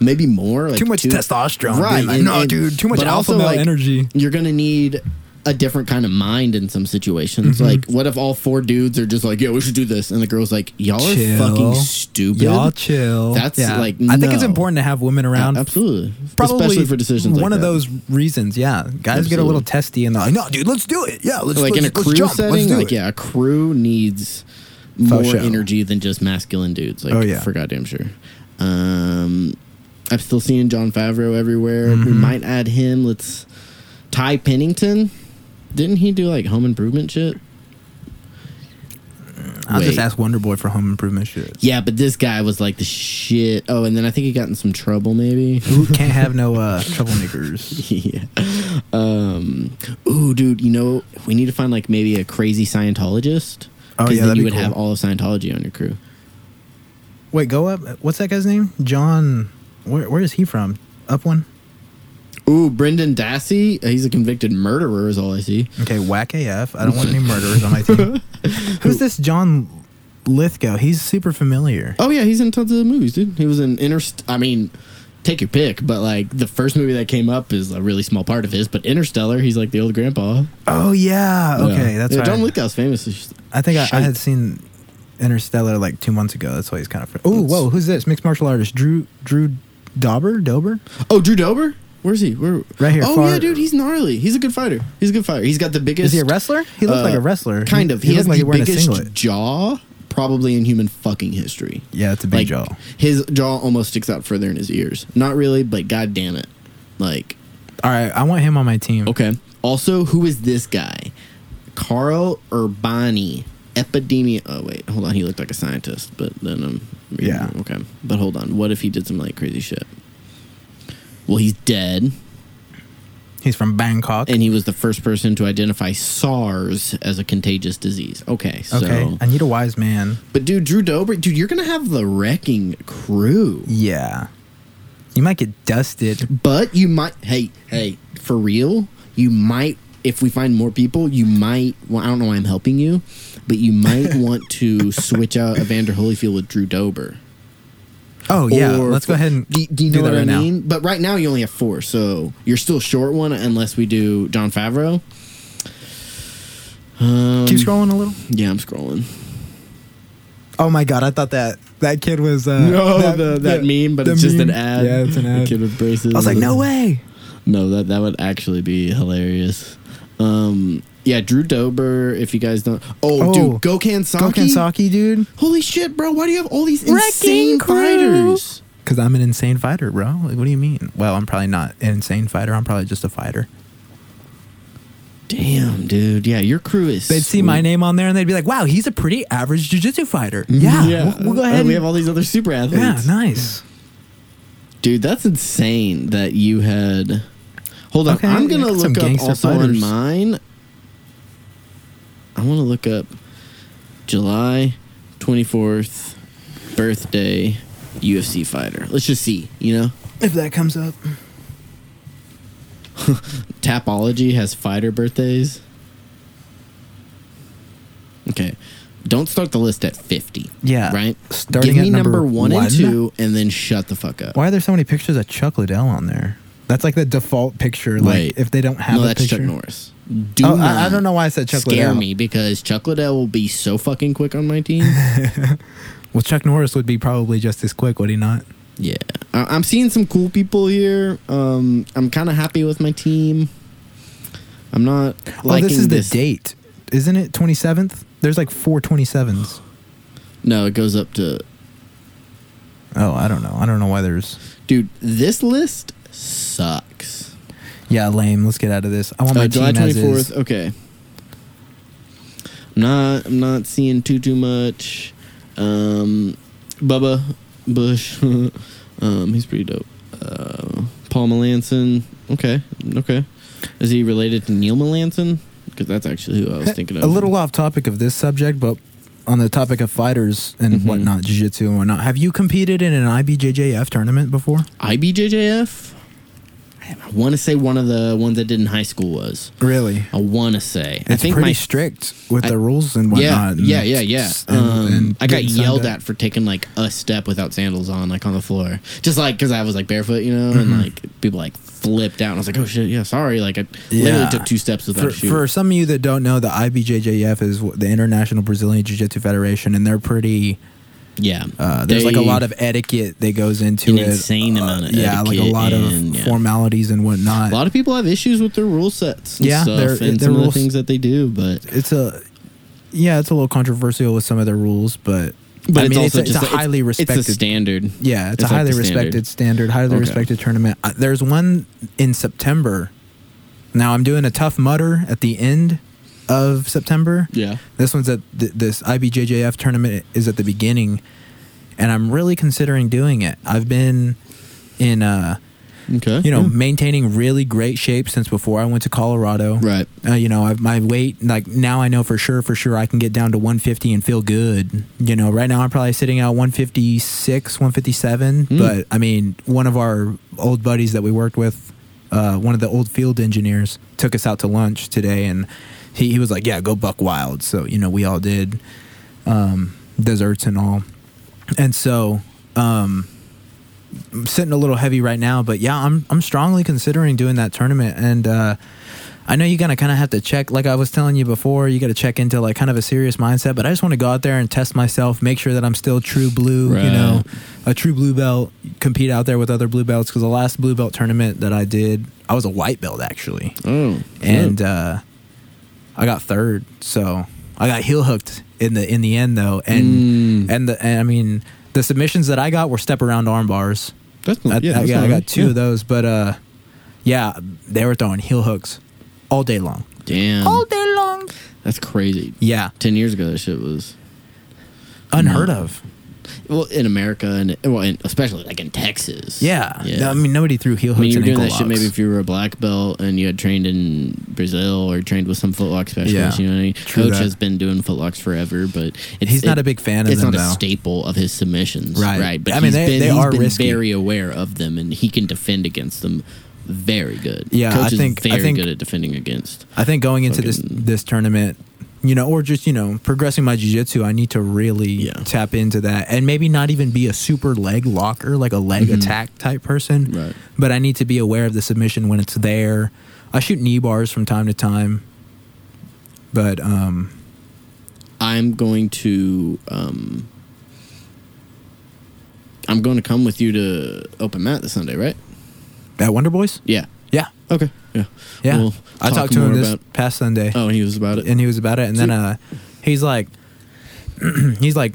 S1: maybe more. Like
S2: Too much
S1: two-
S2: testosterone,
S1: right?
S2: dude. Like,
S1: and-
S2: no,
S1: and-
S2: dude, too much
S1: but
S2: alpha
S1: also,
S2: male
S1: like,
S2: energy.
S1: You're gonna need a different kind of mind in some
S2: Mm-hmm.
S1: situations. Like, what if all four dudes are just like, "Yeah, we should do this," and the girl's like, "Y'all are
S2: Chill.
S1: fucking stupid."
S2: Y'all chill.
S1: That's, like,
S2: I think it's
S1: no.
S2: important to have women
S1: Yeah,
S2: around.
S1: absolutely,
S2: Probably
S1: especially for decisions.
S2: One
S1: like
S2: of
S1: that.
S2: those reasons, yeah. Guys get a
S1: Absolutely.
S2: little testy and they're like, "No, dude, let's do it. Yeah, let's
S1: like
S2: let's,
S1: in a
S2: let's
S1: crew
S2: jump. let's
S1: setting,
S2: do
S1: like
S2: it.
S1: yeah, a crew needs
S2: For
S1: more
S2: sure.
S1: energy than just masculine dudes. Like
S2: Oh, yeah.
S1: for goddamn sure. Um, I'm still seeing John Favreau everywhere. We
S2: Mm-hmm.
S1: might add him. Let's Ty Pennington. Didn't he do like home improvement shit?
S2: I'll
S1: Wait.
S2: just ask Wonder Boy for home improvement shit.
S1: Yeah, but this guy was like the shit. Oh, and then I think he got in some trouble, maybe.
S2: Who can't have no uh, troublemakers?
S1: yeah. Um. Ooh, dude. You know, we need to find like maybe a crazy Scientologist.
S2: Oh,
S1: Because
S2: yeah,
S1: then
S2: that'd
S1: you
S2: be
S1: would
S2: cool.
S1: have all of Scientology on your crew.
S2: Wait, go up. What's that guy's name? John. Where, where is he from? Up one.
S1: Ooh, Brendan Dassey. Uh, He's a convicted murderer, is all I see.
S2: Okay, whack AF. I don't want any murderers on my team. Who's this John Lithgow? He's super familiar.
S1: Oh yeah, he's in tons of movies, dude. He was in Interst. I mean, take your pick, but like the first movie that came up is a really small part of his. But Interstellar, he's like the old grandpa.
S2: Oh yeah. Okay,
S1: Yeah.
S2: that's
S1: yeah,
S2: right.
S1: John Lithgow's famous. as-
S2: I think I, I
S1: Shite.
S2: had seen Interstellar like two months ago. That's why he's kind of. Oh, whoa! Who's this mixed martial artist? Drew Drew Dauber Dober.
S1: Oh, Drew Dober. Where's he? Where?
S2: Right here,
S1: Oh
S2: far-
S1: yeah, dude. He's gnarly. He's a good fighter. He's a good fighter. He's got the biggest.
S2: Is he a wrestler? He looks
S1: uh,
S2: like a wrestler.
S1: Kind of. He,
S2: looks
S1: has
S2: like
S1: the
S2: he's wearing a
S1: biggest
S2: singlet.
S1: jaw, probably in human fucking history.
S2: Yeah, it's a big
S1: like,
S2: jaw.
S1: His jaw almost sticks out further in his ears. Not really, but god damn it, like.
S2: All right, I want him on my team.
S1: Okay. Also, who is this guy? Carl Urbani, epidemic. Oh wait, hold on. He looked like a scientist, but then I'm reading
S2: Yeah.
S1: wrong. Okay, but hold on. What if he did some like crazy shit? Well, he's dead,
S2: He's from Bangkok.
S1: and he was the first person to identify SARS as a contagious disease. Okay, so
S2: okay, I need a wise man.
S1: but dude, Drew Dobrik, dude, you're gonna have the wrecking crew.
S2: Yeah, you might get dusted.
S1: But you might, hey, hey, for real, you might, if we find more people, you might, well, I don't know why I'm helping you, but you might want to switch out Evander Holyfield with Drew Dober.
S2: Oh yeah,
S1: Or-
S2: let's go ahead and
S1: Do, do you know
S2: that
S1: what I
S2: right now.
S1: mean? But right now you only have four, so you're still short one unless we do John Favreau. Um,
S2: Keep scrolling a little.
S1: Yeah, I'm scrolling.
S2: Oh my god, I thought that that kid was uh,
S1: No, the, that meme, but
S2: the
S1: it's just an
S2: meme.
S1: ad.
S2: Yeah, it's an
S1: The
S2: ad.
S1: kid with braces.
S2: I was like, no way.
S1: No, that that would actually be hilarious. Um, yeah, Drew Dober. If you guys don't, oh,
S2: Oh.
S1: dude, Gokhan Saki.
S2: Gokan Saki, dude.
S1: Holy shit, bro! Why do you have all these
S2: Wrecking
S1: insane
S2: crew.
S1: fighters?
S2: Because I'm an insane fighter, bro. Like, what do you mean? Well, I'm probably not an insane fighter. I'm probably just a fighter.
S1: Damn, dude. Yeah, your crew is.
S2: They'd see my
S1: sweet.
S2: name on there and they'd be like, wow, he's a pretty average jujitsu fighter. Yeah, We'll, we'll go
S1: Uh,
S2: ahead.
S1: we have
S2: and,
S1: all these other super athletes.
S2: yeah, nice.
S1: Dude, that's insane that you had. Hold on.
S2: Okay,
S1: I'm
S2: I
S1: gonna
S2: got some
S1: look up
S2: gangster
S1: also on
S2: fighters.
S1: mine. I want to look up July 24th birthday UFC fighter. Let's just see. You know,
S2: If that comes up.
S1: Tapology has fighter birthdays. Okay, don't start the list at 50.
S2: Yeah.
S1: right.
S2: Uh, Starting
S1: Give me
S2: at number
S1: one,
S2: one?
S1: and two, and then shut the fuck up.
S2: Why are there so many pictures of Chuck Liddell on there? That's like the default picture. Like
S1: Wait.
S2: if they don't have
S1: no,
S2: a
S1: that's
S2: picture.
S1: Chuck Norris. Do
S2: Oh,
S1: not
S2: I, I don't know why I said Chuck
S1: scare
S2: Liddell.
S1: me because Chuck Liddell will be so fucking quick on my team.
S2: Well, Chuck Norris would be probably just as quick, would he not?
S1: yeah, I- I'm seeing some cool people here. Um, I'm kind of happy with my team. I'm not liking
S2: oh, this is the date, isn't it? Twenty seventh. There's like four 27s.
S1: No, it goes up to
S2: Oh, I don't know. I don't know why there's.
S1: dude. This list sucks.
S2: Yeah, lame. Let's get out of this. I want my
S1: Uh, July
S2: team
S1: twenty
S2: as is.
S1: fourth. Okay. I'm not I'm not seeing too too much. Um, Bubba Bush, um, he's pretty dope. Uh, Paul Melanson. Okay, okay. Is he related to Neil Melanson? Because that's actually who I was thinking of.
S2: A little off topic of this subject, but on the topic of fighters and
S1: Mhm.
S2: whatnot, jiu-jitsu and whatnot, have you competed in an IBJJF tournament before?
S1: IBJJF. I want to say one of the ones I did in high school was.
S2: Really?
S1: I want to say. I
S2: It's
S1: think
S2: pretty
S1: my
S2: strict with
S1: I-
S2: the rules and
S1: Yeah,
S2: whatnot. and-
S1: yeah, yeah, yeah.
S2: and-
S1: um,
S2: and
S1: I got
S2: getting
S1: yelled
S2: signed up.
S1: at for taking like a step without sandals on, like on the floor, just like because I was like barefoot, you know,
S2: Mm-hmm.
S1: and like people like flipped out. And I was like, oh shit, yeah, sorry. Like I literally
S2: Yeah.
S1: took two steps without
S2: For,
S1: a shoe.
S2: for some of you that don't know, the IBJJF is wh- the International Brazilian Jiu-Jitsu Federation, and they're pretty.
S1: yeah,
S2: Uh, there's like a
S1: They-
S2: lot of etiquette that goes into
S1: an
S2: it. Uh,
S1: insane amount of
S2: yeah, like a
S1: etiquette
S2: lot of
S1: and, yeah.
S2: formalities and whatnot.
S1: a lot of people have issues with their rule sets. And
S2: Yeah, they're-
S1: stuff and
S2: their
S1: some of
S2: rules-
S1: the things that they do, but
S2: it's a yeah, it's a little controversial with some of the rules, but
S1: but
S2: I
S1: it's
S2: mean,
S1: also
S2: it's, a-
S1: just
S2: it's a highly respected.
S1: It's a standard.
S2: yeah, it's,
S1: it's
S2: a
S1: like
S2: highly
S1: the standard.
S2: respected standard, highly
S1: Okay.
S2: respected tournament. Uh, there's one in September. Now I'm doing a tough mutter at the end of September.
S1: Yeah.
S2: This one's at th- this IBJJF tournament is at the beginning, and I'm really considering doing it. I've been in uh,
S1: Okay.
S2: you know maintaining really great shape since before I went to Colorado.
S1: Right.
S2: Uh, you know, I've, my weight like now I know for sure, for sure I can get down to 150 and feel good. You know, right now I'm probably sitting at 156, 157.
S1: Mm.
S2: But I mean, one of our old buddies that we worked with, uh, one of the old field engineers, took us out to lunch today, and he, he was like, "Yeah, go buck wild." So you know, we all did um, desserts and all, and so. Um, I'm sitting a little heavy right now, but yeah, I'm I'm strongly considering doing that tournament. And uh, I know you're gonna kind of have to check, like I was telling you before, you got to check into like kind of a serious mindset. But I just want to go out there and test myself, make sure that I'm still true blue, you know, a true blue belt. Compete out there with other blue belts because the last blue belt tournament that I did, I was a white belt actually,
S1: Oh.
S2: and uh, I got third. So I got heel hooked in the in the end though, and
S1: Mm.
S2: and the and I mean the submissions that I got were step around arm bars.
S1: that's
S2: I,
S1: not, Oh, yeah,
S2: I,
S1: that's
S2: yeah,
S1: not
S2: I got
S1: right.
S2: two
S1: Yeah.
S2: of those, but uh, yeah, they were throwing heel hooks all day long.
S1: Damn,
S2: day long.
S1: that's crazy.
S2: Yeah,
S1: Ten years ago, that shit was
S2: unheard
S1: No.
S2: of.
S1: Well, in America and well, and especially like in Texas.
S2: Yeah.
S1: yeah.
S2: I mean nobody threw heel
S1: I
S2: hooks
S1: mean, you were
S2: and
S1: doing
S2: ankle
S1: that shit
S2: locks.
S1: maybe if you were a black belt and you had trained in Brazil or trained with some footlock specialist.
S2: Yeah.
S1: You know what I mean?
S2: True
S1: Coach
S2: that.
S1: has been doing footlocks forever, but it's,
S2: He's not
S1: it-
S2: a big fan of
S1: It's
S2: them,
S1: not a
S2: though.
S1: staple of his submissions,
S2: Right.
S1: But
S2: I mean,
S1: he's
S2: they-
S1: been,
S2: they
S1: he's
S2: are
S1: been
S2: risky.
S1: very aware of them, and he can defend against them very good.
S2: Yeah,
S1: Coach
S2: I think-
S1: is
S2: I
S1: very
S2: think-
S1: good at defending against.
S2: I think going into this
S1: Fucking-
S2: this tournament, you know, or just you know progressing my jujitsu, I need to really
S1: Yeah.
S2: tap into that, and maybe not even be a super leg locker, like a leg attack type person.
S1: Mm-hmm. Right.
S2: But I need to be aware of the submission when it's there. I shoot knee bars from time to time, but um,
S1: I'm going to um, I'm going to come with you to open mat this Sunday, right?
S2: at Wonder Boys,
S1: Yeah.
S2: yeah,
S1: Okay. Yeah.
S2: yeah,
S1: We'll
S2: I
S1: talk
S2: talked to him
S1: more
S2: this
S1: about-
S2: past Sunday.
S1: Oh, and he was about it.
S2: and he was about it and then uh he's like he's like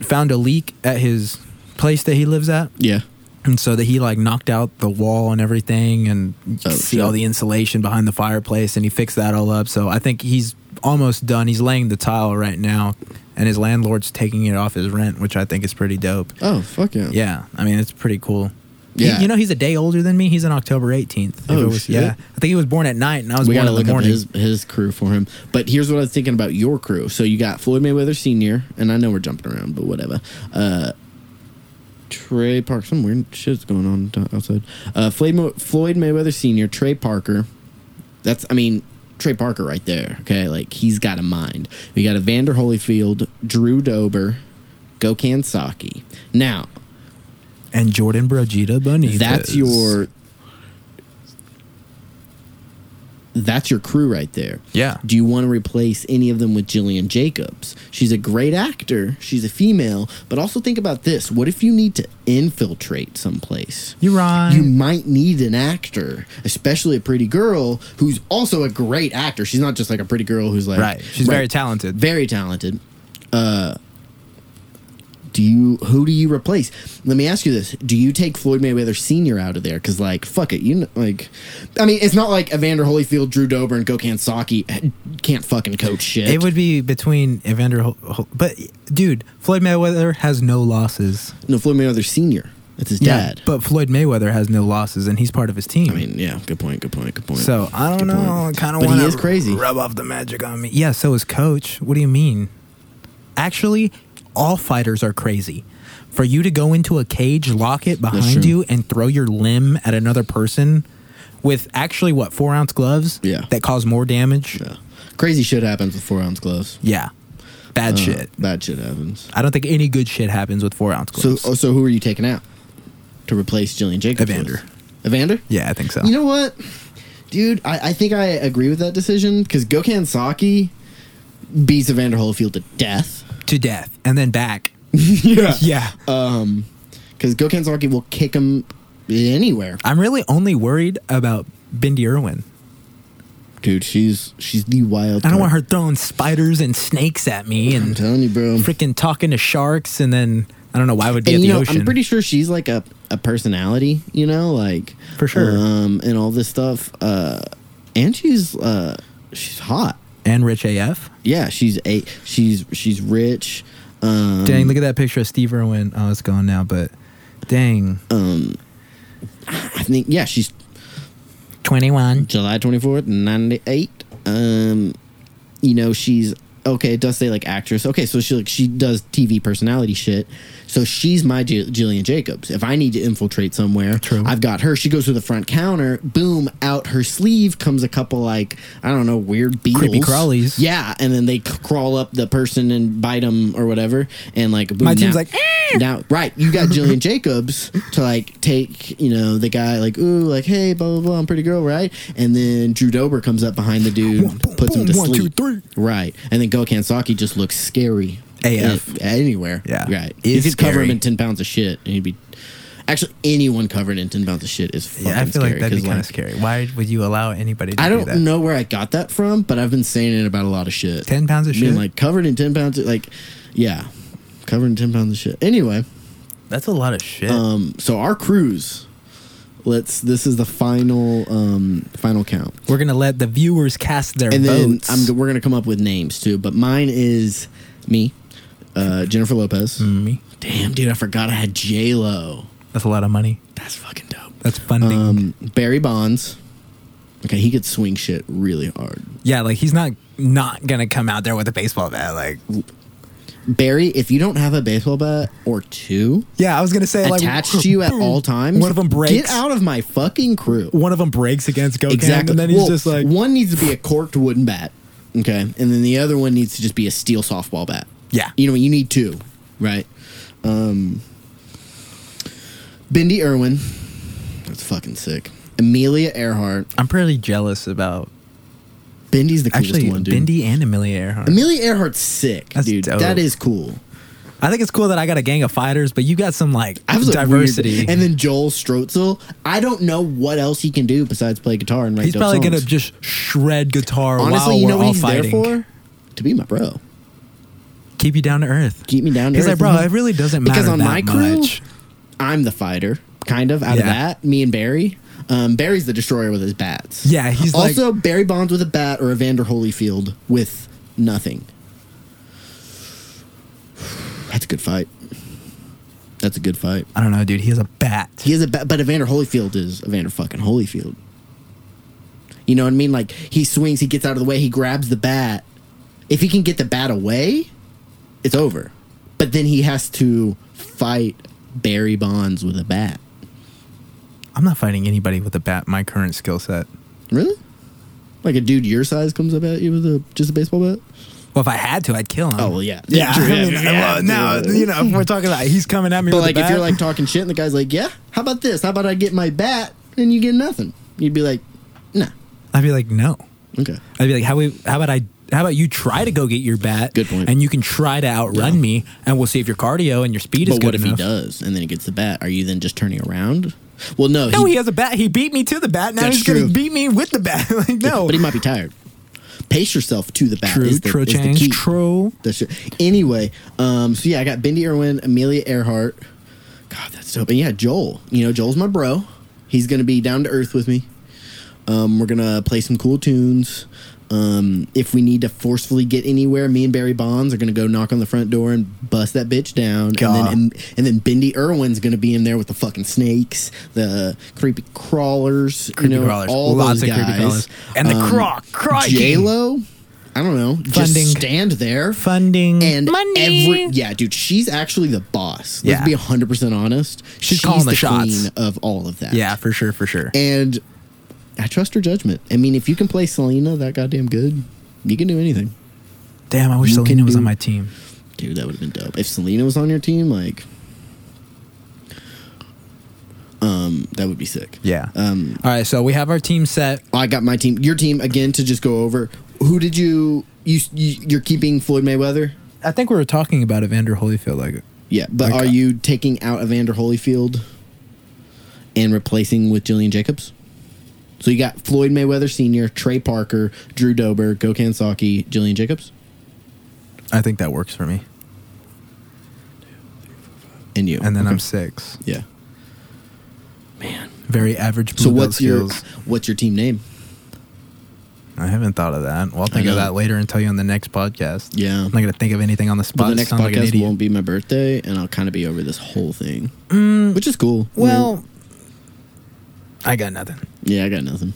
S2: found a leak at his place that he lives at
S1: yeah.
S2: and so that he like knocked out the wall and everything and you can
S1: Oh,
S2: see
S1: shit.
S2: all the insulation behind the fireplace and he fixed that all up so i think he's almost done he's laying the tile right now and his landlord's taking it off his rent which i think is pretty dope
S1: Oh, fuck yeah.
S2: yeah i mean it's pretty cool He-
S1: Yeah.
S2: you know, he's a day older than me. He's on October 18th. If
S1: Oh,
S2: it was-
S1: shit.
S2: Yeah. I think he was born at night and I was
S1: we
S2: born
S1: gotta
S2: in
S1: look
S2: the
S1: up
S2: morning.
S1: his his crew for him. But here's what I was thinking about your crew. So you got Floyd Mayweather Senior, and I know we're jumping around, but whatever. Uh, Trey Parker, some weird shit's going on t- outside. Uh, Floyd, Mo- Floyd Mayweather Senior, Trey Parker. That's I mean Trey Parker right there. Okay, like he's got a mind. We got Evander Holyfield, Drew Dober, Gokhan Saki. Now
S2: and Jordan Brogita Bunny.
S1: that's your that's your crew right there.
S2: Yeah.
S1: Do you want to replace any of them with Jillian Jacobs? She's a great actor. She's a female, but also think about this: what if you need to infiltrate someplace?
S2: You're right.
S1: You might need an actor, especially a pretty girl who's also a great actor. She's not just like a pretty girl who's like
S2: right. She's very talented.
S1: very talented. Uh, do you who do you replace? Let me ask you this: Do you take Floyd Mayweather Senior out of there? Because like fuck it, you know, like, I mean, it's not like Evander Holyfield, Drew Dober, and Gokhan Saki can't fucking coach shit.
S2: It would be between Evander, Hol- Hol- but dude, Floyd Mayweather has no losses.
S1: no Floyd Mayweather Senior. That's his dad.
S2: but Floyd Mayweather has no losses, and he's part of his team.
S1: I mean, yeah, good point, good point, good point.
S2: so I don't
S1: Good point.
S2: know. Kind of
S1: But
S2: want
S1: he is crazy.
S2: Rub off the magic on me. Yeah. So is Coach. What do you mean? Actually, all fighters are crazy. For you to go into a cage, lock it behind
S1: true.
S2: you, and throw your limb at another person with actually what four ounce gloves?
S1: Yeah.
S2: That cause more damage.
S1: Yeah. Crazy shit happens with four ounce gloves.
S2: Yeah. Bad
S1: Uh,
S2: shit.
S1: Bad shit happens.
S2: I don't think any good shit happens with four ounce
S1: So,
S2: gloves.
S1: oh, so who are you taking out to replace Jillian Jacobs? with?
S2: Evander.
S1: Evander.
S2: yeah, I think so.
S1: You know what, dude? I, I think I agree with that decision because Gokhan Saki beats Evander Holyfield to death.
S2: to death and then back.
S1: yeah,
S2: Yeah.
S1: Um, because Gokhan Saki will kick him anywhere,
S2: I'm really only worried about Bindi Irwin.
S1: dude. She's she's the wild.
S2: I don't
S1: card.
S2: want her throwing spiders and snakes at me
S1: I'm
S2: and
S1: telling you, bro.
S2: freaking talking to sharks and then I don't know why would be
S1: and
S2: at
S1: you
S2: the
S1: know,
S2: ocean.
S1: I'm pretty sure she's like a, a personality, you know, like
S2: For sure.
S1: um, and all this stuff. Uh, and she's uh, she's hot.
S2: and Rich AF.
S1: Yeah, she's a she's she's rich. Um,
S2: Dang, look at that picture of Steve Irwin. Oh, it's gone now, but dang.
S1: Uh, I think yeah, she's
S2: 21.
S1: July 24th, 98. Um, you know, she's okay, it does say like actress. Okay, so she like she does TV personality shit. So she's my J- Jillian Jacobs. If I need to infiltrate somewhere,
S2: True.
S1: I've got her. She goes to the front counter, boom, out her sleeve comes a couple like I don't know, weird beetles.
S2: Creepy crawlies.
S1: Yeah, and then they c- crawl up the person and bite them or whatever and like boom,
S2: My team's
S1: now-
S2: like, "Ah!"
S1: now right you got jillian jacobs to like take you know the guy like ooh like hey blah blah blah i'm a pretty girl right and then drew dober comes up behind the dude
S2: Boom, boom,
S1: puts him to
S2: boom, one, two,
S1: sleep
S2: three.
S1: right and then Gokhan Saki just looks scary
S2: AF.
S1: a- anywhere
S2: Yeah.
S1: right
S2: Is
S1: you could cover him
S2: scary.
S1: in 10 pounds of shit and he'd be actually anyone covered in 10 pounds of shit is fucking
S2: Yeah, I feel
S1: scary
S2: like that'd
S1: 'cause,
S2: be
S1: like,
S2: kind of scary. Why would you allow anybody to
S1: I
S2: do
S1: don't
S2: that?
S1: know where I got that from, but I've been saying it about a lot of shit.
S2: 10 pounds of
S1: Being,
S2: shit?
S1: like covered in ten pounds, of, like, yeah, covered in ten pounds of shit. Anyway,
S2: That's a lot of shit.
S1: um, so our cruise. Let's. This is the final, um, final count,
S2: We're gonna let the viewers cast their
S1: and then
S2: votes.
S1: I'm, g- we're gonna come up with names too. But mine is me, uh, Jennifer Lopez.
S2: Mm, Me.
S1: Damn, dude, I forgot I had J Lo.
S2: That's a lot of money.
S1: That's fucking dope.
S2: That's funding.
S1: Um, Barry Bonds. Okay, he could swing shit really hard.
S2: yeah, like he's not not gonna come out there with a baseball bat. Like,
S1: Barry, if you don't have a baseball bat or two
S2: yeah, I was gonna say like
S1: attached to you at
S2: boom,
S1: all times,
S2: One of them breaks.
S1: Get out of my fucking crew.
S2: One of them breaks against Gokhan,
S1: Exactly.
S2: and then he's
S1: Well,
S2: just like,
S1: one needs to be a corked wooden bat, okay, and then the other one needs to just be a steel softball bat.
S2: Yeah.
S1: you know you need two, right? Um, Bindi Irwin, that's fucking sick. Amelia Earhart,
S2: I'm pretty jealous about
S1: Bindi's the coolest
S2: actually
S1: one, dude.
S2: Bindi and Amelia Earhart.
S1: Amelia Earhart's sick,
S2: That's
S1: dude.
S2: dope.
S1: That is cool.
S2: I think it's cool that I got a gang of fighters, but you got some like
S1: I was like, weird.
S2: diversity.
S1: And then Joel Strotzel. I don't know what else he can do besides play guitar and write
S2: he's
S1: dope
S2: probably
S1: songs.
S2: gonna just shred guitar
S1: Honestly,
S2: while
S1: you
S2: we're
S1: know what
S2: all
S1: he's
S2: fighting.
S1: there for? To be my bro.
S2: Keep you down to earth.
S1: Keep me down to
S2: He's
S1: earth.
S2: like, bro, it really doesn't matter
S1: Because on
S2: that
S1: my crew,
S2: much.
S1: I'm the fighter, kind of, out of
S2: Yeah.
S1: that. Me and Barry. Um, Barry's the destroyer with his bats.
S2: Yeah, he's like-
S1: also Barry Bonds with a bat or Evander Holyfield with nothing. That's a good fight. That's a good fight.
S2: I don't know, dude. He has a bat.
S1: He is a ba- but Evander Holyfield is Evander fucking Holyfield. You know what I mean? Like he swings, he gets out of the way, he grabs the bat. If he can get the bat away, it's over. But then he has to fight Barry Bonds with a bat.
S2: I'm not fighting anybody with a bat. My current skill set.
S1: Really? Like a dude your size comes up at you with a just a baseball bat?
S2: Well, if I had to, I'd kill him.
S1: Oh, well, yeah.
S2: yeah.
S1: True,
S2: I mean,
S1: yeah,
S2: well,
S1: yeah,
S2: now
S1: dude.
S2: you know if we're talking about he's coming at me.
S1: But
S2: with a
S1: like if you're
S2: bat,
S1: like talking shit and the guy's like, "Yeah, how about this? How about I get my bat and you get nothing?" You'd be like, "Nah,
S2: I'd be like, no.
S1: okay."
S2: I'd be like, how we, how about I? How about you try to go get your bat?
S1: Good point.
S2: And you can try to outrun
S1: Yeah.
S2: me, and we'll see if your cardio and your speed is
S1: But
S2: good
S1: what if
S2: enough.
S1: he does and then he gets the bat? Are you then just turning around? Well, no.
S2: No, he has a bat. He beat me to the bat. Now
S1: That's
S2: he's going
S1: true.
S2: to beat me with the bat. like, no.
S1: but he might be tired. Pace yourself to the bat.
S2: True,
S1: is the,
S2: true
S1: is the
S2: change,
S1: key.
S2: true.
S1: That's true. Anyway, um, so yeah, I got Bendy Irwin, Amelia Earhart. God, that's dope. And yeah, Joel. You know, Joel's my bro. He's gonna be down to earth with me. Um, we're gonna play some cool tunes. Um, if we need to forcefully get anywhere, me and Barry Bonds are gonna go knock on the front door and bust that bitch down.
S2: God.
S1: And then and, then Bendy Irwin's gonna be in there with the fucking snakes, the creepy crawlers,
S2: Creepy
S1: you know,
S2: crawlers.
S1: all
S2: Lots
S1: those
S2: of
S1: guys.
S2: creepy
S1: Um,
S2: crawlers. And the croc, crikey.
S1: J Lo, I don't know,
S2: Funding.
S1: just stand there
S2: funding
S1: and
S2: money.
S1: every yeah, dude, she's actually the boss. Let's
S2: Yeah.
S1: be hundred percent honest.
S2: She's calling the shots.
S1: queen of all of that.
S2: yeah, for sure, for sure.
S1: and I trust her judgment. I mean, if you can play Selena that goddamn good, you can do anything,
S2: Damn, I wish
S1: you can
S2: Selena was
S1: do-
S2: on my team.
S1: dude. That would have been dope if Selena was on your team. Like, um, that would be sick.
S2: Yeah.
S1: Um,
S2: All right, so we have our team set.
S1: I got my team, your team again to just go over. Who did you you, you you're keeping Floyd Mayweather?
S2: I think we were talking about Evander Holyfield. Like,
S1: Yeah, but
S2: Like,
S1: are
S2: uh,
S1: you taking out Evander Holyfield and replacing with Jillian Jacobs? So you got Floyd Mayweather Sr., Trey Parker, Drew Dober, Gokhan Saki, Jillian Jacobs,
S2: I think that works for me.
S1: and you.
S2: And then
S1: Okay.
S2: I'm six.
S1: yeah.
S2: Very average. Blue
S1: So
S2: belt
S1: what's your
S2: skills.
S1: what's your team name?
S2: I haven't thought of that. Well, I'll think
S1: know.
S2: of that later and tell you on the next podcast.
S1: Yeah.
S2: I'm not gonna think of anything on the spot.
S1: But the next
S2: Sound like an
S1: podcast
S2: idiot.
S1: won't be my birthday, and I'll kind of be over this whole thing, which is cool. I mean,
S2: Mm, Well, I got nothing.
S1: yeah, I got nothing.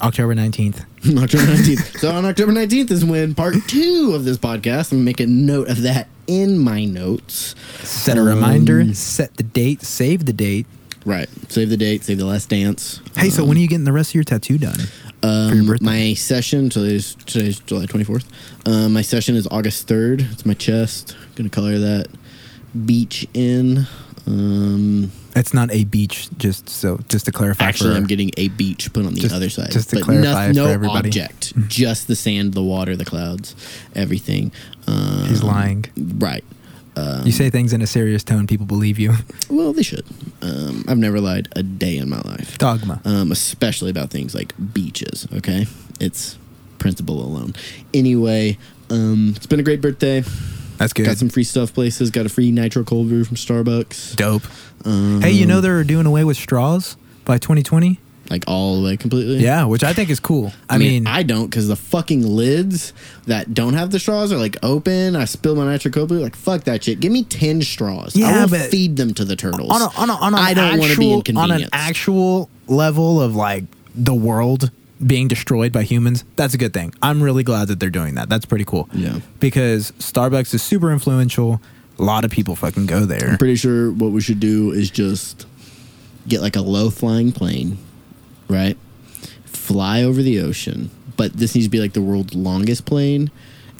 S2: October nineteenth.
S1: October 19th. so on October 19th is when part two of this podcast. I'm going to make a note of that in my notes.
S2: Set a reminder.
S1: Um,
S2: Set the date. Save the date.
S1: Right. Save the date, save the last dance.
S2: Hey, so when are you getting the rest of your tattoo done? for your
S1: Um,
S2: birthday?
S1: My session today's today's July twenty fourth. Um, my session is August third. It's my chest. gonna color that beach in. Um,
S2: It's not a beach. Just so, just to clarify.
S1: actually,
S2: for,
S1: I'm getting a beach put on the
S2: Just-
S1: other side.
S2: just to
S1: but
S2: clarify
S1: noth-
S2: for
S1: no,
S2: everybody. Mm-hmm.
S1: object, just the sand, the water, the clouds, everything. Um,
S2: He's lying.
S1: Right. Uh,
S2: you say things in a serious tone. People believe you.
S1: Well, they should. Um, I've never lied a day in my life.
S2: Dogma.
S1: um, especially about things like beaches. Okay, it's principle alone. Anyway, um, it's been a great birthday.
S2: That's good.
S1: Got some free stuff places. Got a free nitro cold brew from Starbucks.
S2: dope.
S1: Um,
S2: Hey, you know they're doing away with straws by 2020.
S1: like all the way completely.
S2: Yeah, which I think is cool. I,
S1: I
S2: mean,
S1: mean, I don't because the fucking lids that don't have the straws are like open. I spill my nitro cold brew. Like fuck that shit. Give me ten straws. I
S2: Yeah,
S1: will
S2: but-
S1: feed them to the turtles.
S2: on a, on a, on an
S1: I don't want to be
S2: actual- on
S1: inconvenienced.
S2: an actual level of like the world being destroyed by humans. That's a good thing. I'm really glad that they're doing that. That's pretty cool.
S1: Yeah.
S2: because Starbucks is super influential. A lot of people fucking go there.
S1: pretty sure what we should do is just get like a low flying plane, right? Fly over the ocean, but this needs to be like the world's longest plane,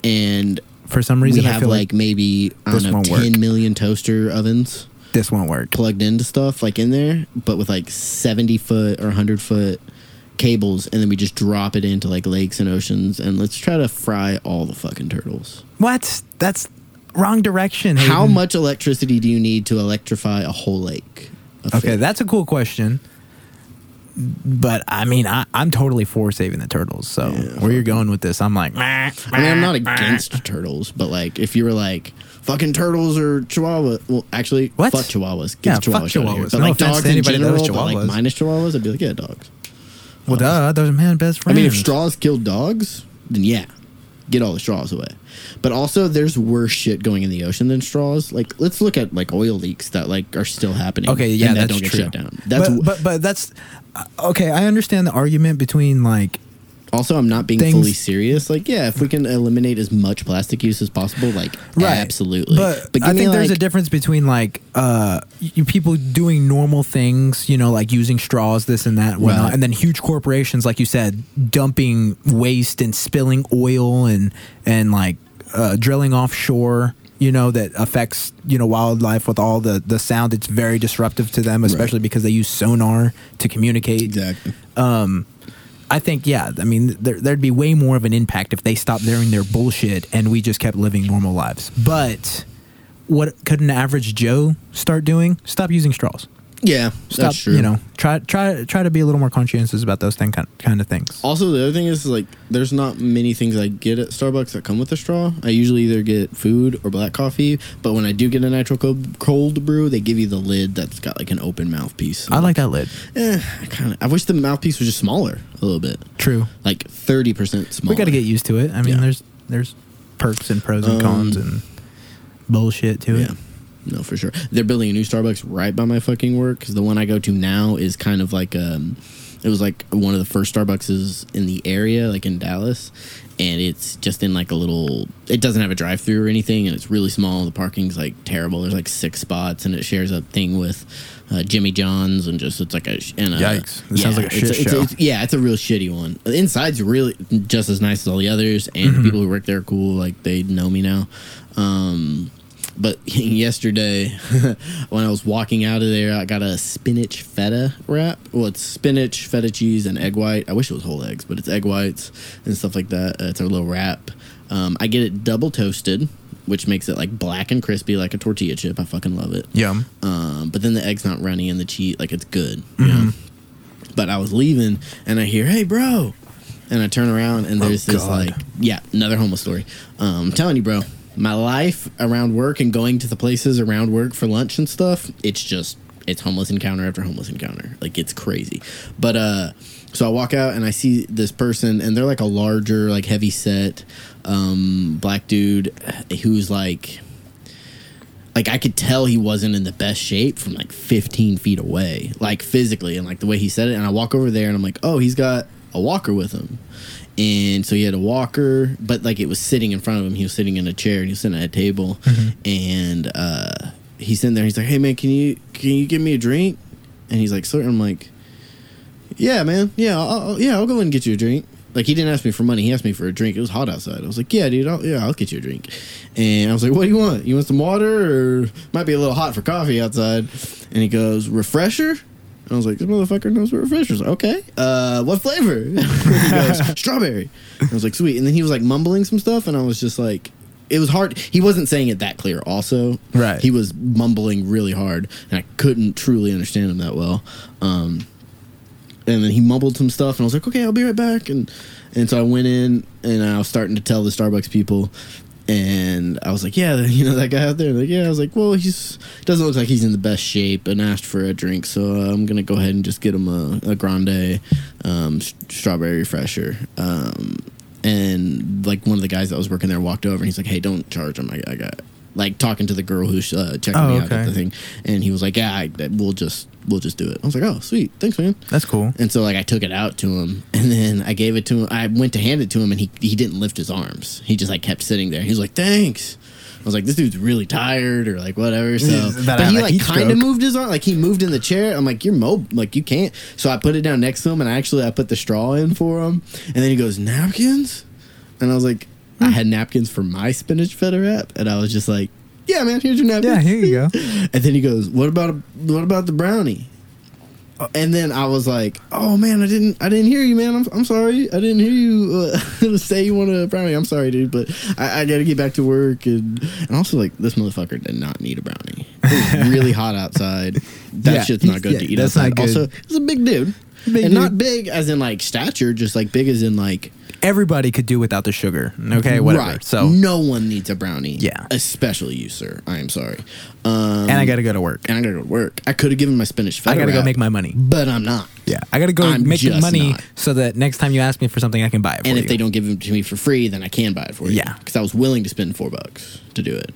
S1: and
S2: For some
S1: we
S2: reason, I
S1: have
S2: feel
S1: like,
S2: like,
S1: maybe I don't
S2: this
S1: know
S2: won't
S1: ten
S2: work.
S1: million toaster ovens
S2: this won't work.
S1: plugged into stuff like in there, but with like seventy foot or hundred foot cables, and then we just drop it into like lakes and oceans, and let's try to fry all the fucking turtles.
S2: What? That's wrong direction.
S1: How
S2: Hayden.
S1: much electricity do you need to electrify a whole lake? of
S2: Okay,
S1: fish?
S2: that's a cool question. But I mean, I, I'm totally for saving the turtles. So where you're going with this, I'm like, I
S1: I mean, I'm not against turtles, but like, if you were like, fucking turtles or chihuahua, well, actually,
S2: What?
S1: fuck chihuahuas.
S2: Yeah,
S1: Get the chihuahuas.
S2: fuck
S1: out of here.
S2: chihuahuas.
S1: But
S2: No
S1: like
S2: offense
S1: dogs
S2: to
S1: in
S2: anybody that
S1: general,
S2: loves
S1: but like
S2: chihuahuas.
S1: minus chihuahuas, I'd be like, yeah, dogs.
S2: Well, duh, those are man best
S1: I
S2: friends.
S1: mean, if straws killed dogs, then yeah. get all the straws away. But also, there's worse shit going in the ocean than straws. Like, let's look at like oil leaks that like are still happening.
S2: Okay,
S1: and
S2: yeah,
S1: that
S2: that's
S1: don't get
S2: true.
S1: shut down. That's
S2: but, but but that's uh, okay. I understand the argument between like
S1: also I'm not being
S2: things-
S1: fully serious. Like, yeah, if we can eliminate as much plastic use as possible, like, absolutely.
S2: But, I
S1: give me,
S2: think there's a
S1: like-
S2: difference between like uh, you, people doing normal things, you know, like using straws, this and that, and whatnot,
S1: Right.
S2: and then huge corporations, like you said, dumping waste and spilling oil and and like uh, drilling offshore. You know that affects you know wildlife with all the the sound. It's very disruptive to them, especially because they use sonar to communicate.
S1: exactly.
S2: I think yeah. I mean, there, there'd be way more of an impact if they stopped doing their bullshit and we just kept living normal lives. But what could an average Joe start doing? Stop using straws.
S1: Yeah,
S2: Stop.
S1: that's true.
S2: You know, try try try to be a little more conscientious about those thing kind, kind of things.
S1: Also, the other thing is like, there's not many things I get at Starbucks that come with a straw. I usually either get food or black coffee, but when I do get a nitro cold, cold brew, they give you the lid that's got like an open mouthpiece.
S2: I like that lid.
S1: Eh, I kind of. I wish the mouthpiece was just smaller a little bit,
S2: True.
S1: like thirty percent smaller.
S2: We got to get used to it. I mean,
S1: Yeah.
S2: there's there's perks and pros
S1: Um,
S2: and cons and bullshit to it.
S1: Yeah. No, for sure. They're building a new Starbucks right by my fucking work because the one I go to now is kind of like um, it was like one of the first Starbuckses in the area, like in Dallas, and it's just in like a little. It doesn't have a drive-through or anything, and it's really small. The parking's like terrible. There's like six spots, and it shares a thing with uh, Jimmy John's, and just it's like a sh- and a,
S2: Yikes. This sounds like a
S1: it's
S2: shit
S1: it's
S2: show.
S1: it's- yeah, it's a real shitty one. The inside's really just as nice as all the others, and
S2: Mm-hmm.
S1: the people who work there are cool. Like they know me now. Um, but yesterday, when I was walking out of there, I got a spinach feta wrap. Well, it's spinach, feta cheese, and egg white. I wish it was whole eggs, but it's egg whites and stuff like that. Uh, it's a little wrap. Um, I get it double toasted, which makes it like black and crispy, like a tortilla chip. I fucking love it.
S2: Yum.
S1: Um, but then the egg's not runny and the cheese, like it's good. You know? But I was leaving and I hear, hey, bro. And I turn around and there's this
S2: God.
S1: like, yeah, another homeless story. Um, I'm telling you, bro, my life around work and going to the places around work for lunch and stuff, it's just, it's homeless encounter after homeless encounter. Like it's crazy. But, uh, so I walk out and I see this person and they're like a larger, like heavy set, um, black dude who's like, like I could tell he wasn't in the best shape from like 15 feet away, like physically and like the way he said it. And I walk over there and I'm like, oh, he's got a walker with him. And so he had a walker, but like it was sitting in front of him. He was sitting in a chair and he was sitting at a table. And uh, he's sitting there. He's like, hey man, can you can you give me a drink? And he's like, sir. I'm like, yeah, man. Yeah, I'll, I'll- yeah, I'll go and get you a drink. Like he didn't ask me for money. He asked me for a drink. It was hot outside. I was like, yeah, dude. I'll, yeah, I'll get you a drink. And I was like, what do you want? You want some water, or might be a little hot for coffee outside? And he goes, refresher. And I was like, this motherfucker knows what refreshers. are. Okay. Uh, what flavor? he goes, strawberry. And I was like, sweet. And then he was like mumbling some stuff, and I was just like. It was hard. He wasn't saying it that clear. Also,
S2: Right.
S1: He was mumbling really hard, and I couldn't truly understand him that well. Um, and then he mumbled some stuff and I was like, okay, I'll be right back. And and so I went in and I was starting to tell the Starbucks people, and I was like, yeah, you know that guy out there. Like, yeah, I was like, well, he's doesn't look like he's in the best shape, and asked for a drink, so uh, I'm gonna go ahead and just get him a, a grande, um, s- strawberry refresher. Um, and like one of the guys that was working there walked over and he's like, hey, don't charge him. I, I got like talking to the girl who's uh, checking
S2: Oh,
S1: me out
S2: okay.
S1: at the thing, and he was like, yeah, I, we'll just we'll just do it. I was like, oh, sweet, thanks, man.
S2: That's cool.
S1: And so like I took it out to him and then I gave it to him. I went to hand it to him and he he didn't lift his arms. He just like kept sitting there. He was like, "Thanks." I was like, "This dude's really tired or like whatever." So
S2: He's about to
S1: but
S2: have
S1: he
S2: a
S1: like
S2: heat
S1: kind of
S2: stroke.
S1: moved his arm. Like he moved in the chair. I'm like, "You're mobile. Like you can't." So I put it down next to him and I actually I put the straw in for him. And then he goes, "Napkins?" And I was like,
S2: Hmm.
S1: "I had napkins for my spinach feta wrap." And I was just like, "Yeah, man, here's your napkins."
S2: Yeah, here you go.
S1: And then he goes, "What about what about the brownie?" And then I was like, "Oh man, I didn't I didn't hear you, man. I'm, I'm sorry. I didn't hear you uh, say you want a brownie. I'm sorry, dude, but I, I got to get back to work and and also like this motherfucker did not need a brownie. It was really hot outside. That
S2: Yeah,
S1: shit's not good
S2: yeah,
S1: to eat
S2: that's
S1: outside.
S2: not good.
S1: Also, he's a big dude."
S2: Big
S1: and not
S2: dude.
S1: big as in like stature, just like big as in like
S2: everybody could do without the sugar. Okay, whatever.
S1: Right.
S2: So
S1: no one needs a brownie.
S2: Yeah.
S1: Especially you, sir. I am sorry. Um,
S2: and I gotta go to work.
S1: and I gotta go to work. I could have given my spinach.
S2: I
S1: feta
S2: gotta go
S1: wrap,
S2: make my money.
S1: But I'm not.
S2: Yeah, I gotta go
S1: I'm
S2: make the
S1: just
S2: money
S1: not.
S2: so that next time you ask me for something, I can buy it. For
S1: And if
S2: you.
S1: they don't give it to me for free, then I can buy it for you.
S2: Yeah.
S1: Because I was willing to spend four bucks to do it,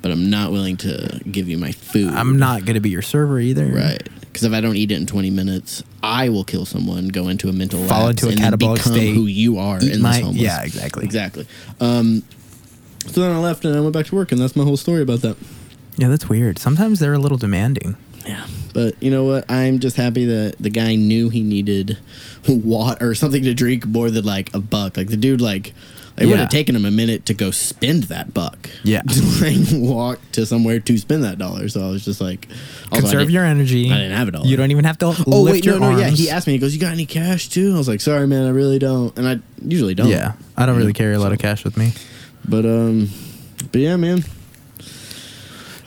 S1: but I'm not willing to give you my food.
S2: I'm not gonna be your server either.
S1: right. Because if I don't eat it in 20 minutes, I will kill someone, go into a mental
S2: Fall
S1: lapse,
S2: into a
S1: and then
S2: catabolic
S1: become
S2: state,
S1: who you are
S2: eat
S1: in
S2: my-
S1: this homeless.
S2: yeah, exactly.
S1: Exactly. Um, so then I left and I went back to work, and that's my whole story about that.
S2: Yeah, that's weird. Sometimes they're a little demanding.
S1: Yeah. But you know what? I'm just happy that the guy knew he needed water or something to drink more than like a buck. Like the dude, like it would
S2: Yeah.
S1: have taken him a minute to go spend that buck.
S2: Yeah.
S1: to like walk to somewhere to spend that dollar. So I was just like, also, I
S2: Conserve
S1: didn't-
S2: your energy.
S1: I didn't have it all.
S2: You don't even have to lift
S1: Oh wait,
S2: your
S1: no, no,
S2: arms.
S1: yeah. He asked me. He goes, "You got any cash too?" I was like, "Sorry, man, I really don't." And I usually don't.
S2: Yeah, I don't really carry a lot of cash with me.
S1: But um, but yeah, man.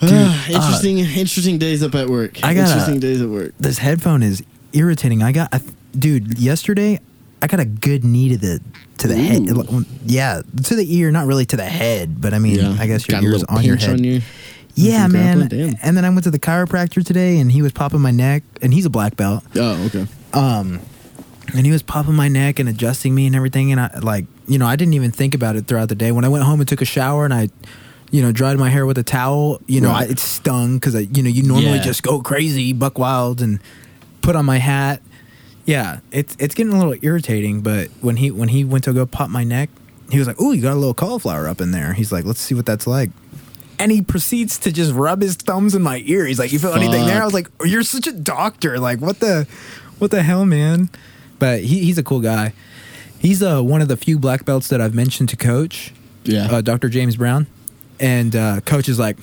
S1: Ah, interesting, interesting days up at work.
S2: uh, I gotta-
S1: interesting days at work.
S2: This headphone is irritating. I got, I, dude. Yesterday, I got a good knee to the to the
S1: Ooh.
S2: head. Yeah, to the ear, not really to the head, but I mean, I guess your
S1: Got a
S2: ear's
S1: little
S2: on your
S1: pinch
S2: head.
S1: on you.
S2: Yeah,
S1: Some
S2: man.
S1: grappling? Damn.
S2: And then I went to the chiropractor today, and he was popping my neck, and he's a black belt,
S1: Oh, okay.
S2: Um, and he was popping my neck and adjusting me and everything, and I like, you know, I didn't even think about it throughout the day. When I went home and took a shower, and I. You know, dried my hair with a towel. You know, I,
S1: Right.
S2: it stung because I, you know, you normally
S1: Yeah.
S2: just go crazy, buck wild, and put on my hat. Yeah, it's it's getting a little irritating. But when he when he went to go pop my neck, he was like, "Oh, you got a little cauliflower up in there." He's like, "Let's see what that's like." And he proceeds to just rub his thumbs in my ear. He's like, "You feel anything there?" I was like, "You're such a doctor! Like, what the, what the hell, man?" But he, he's a cool guy. He's uh, one of the few black belts that I've mentioned to coach.
S1: Yeah.
S2: uh, Dr. James Brown, and uh, coach is like,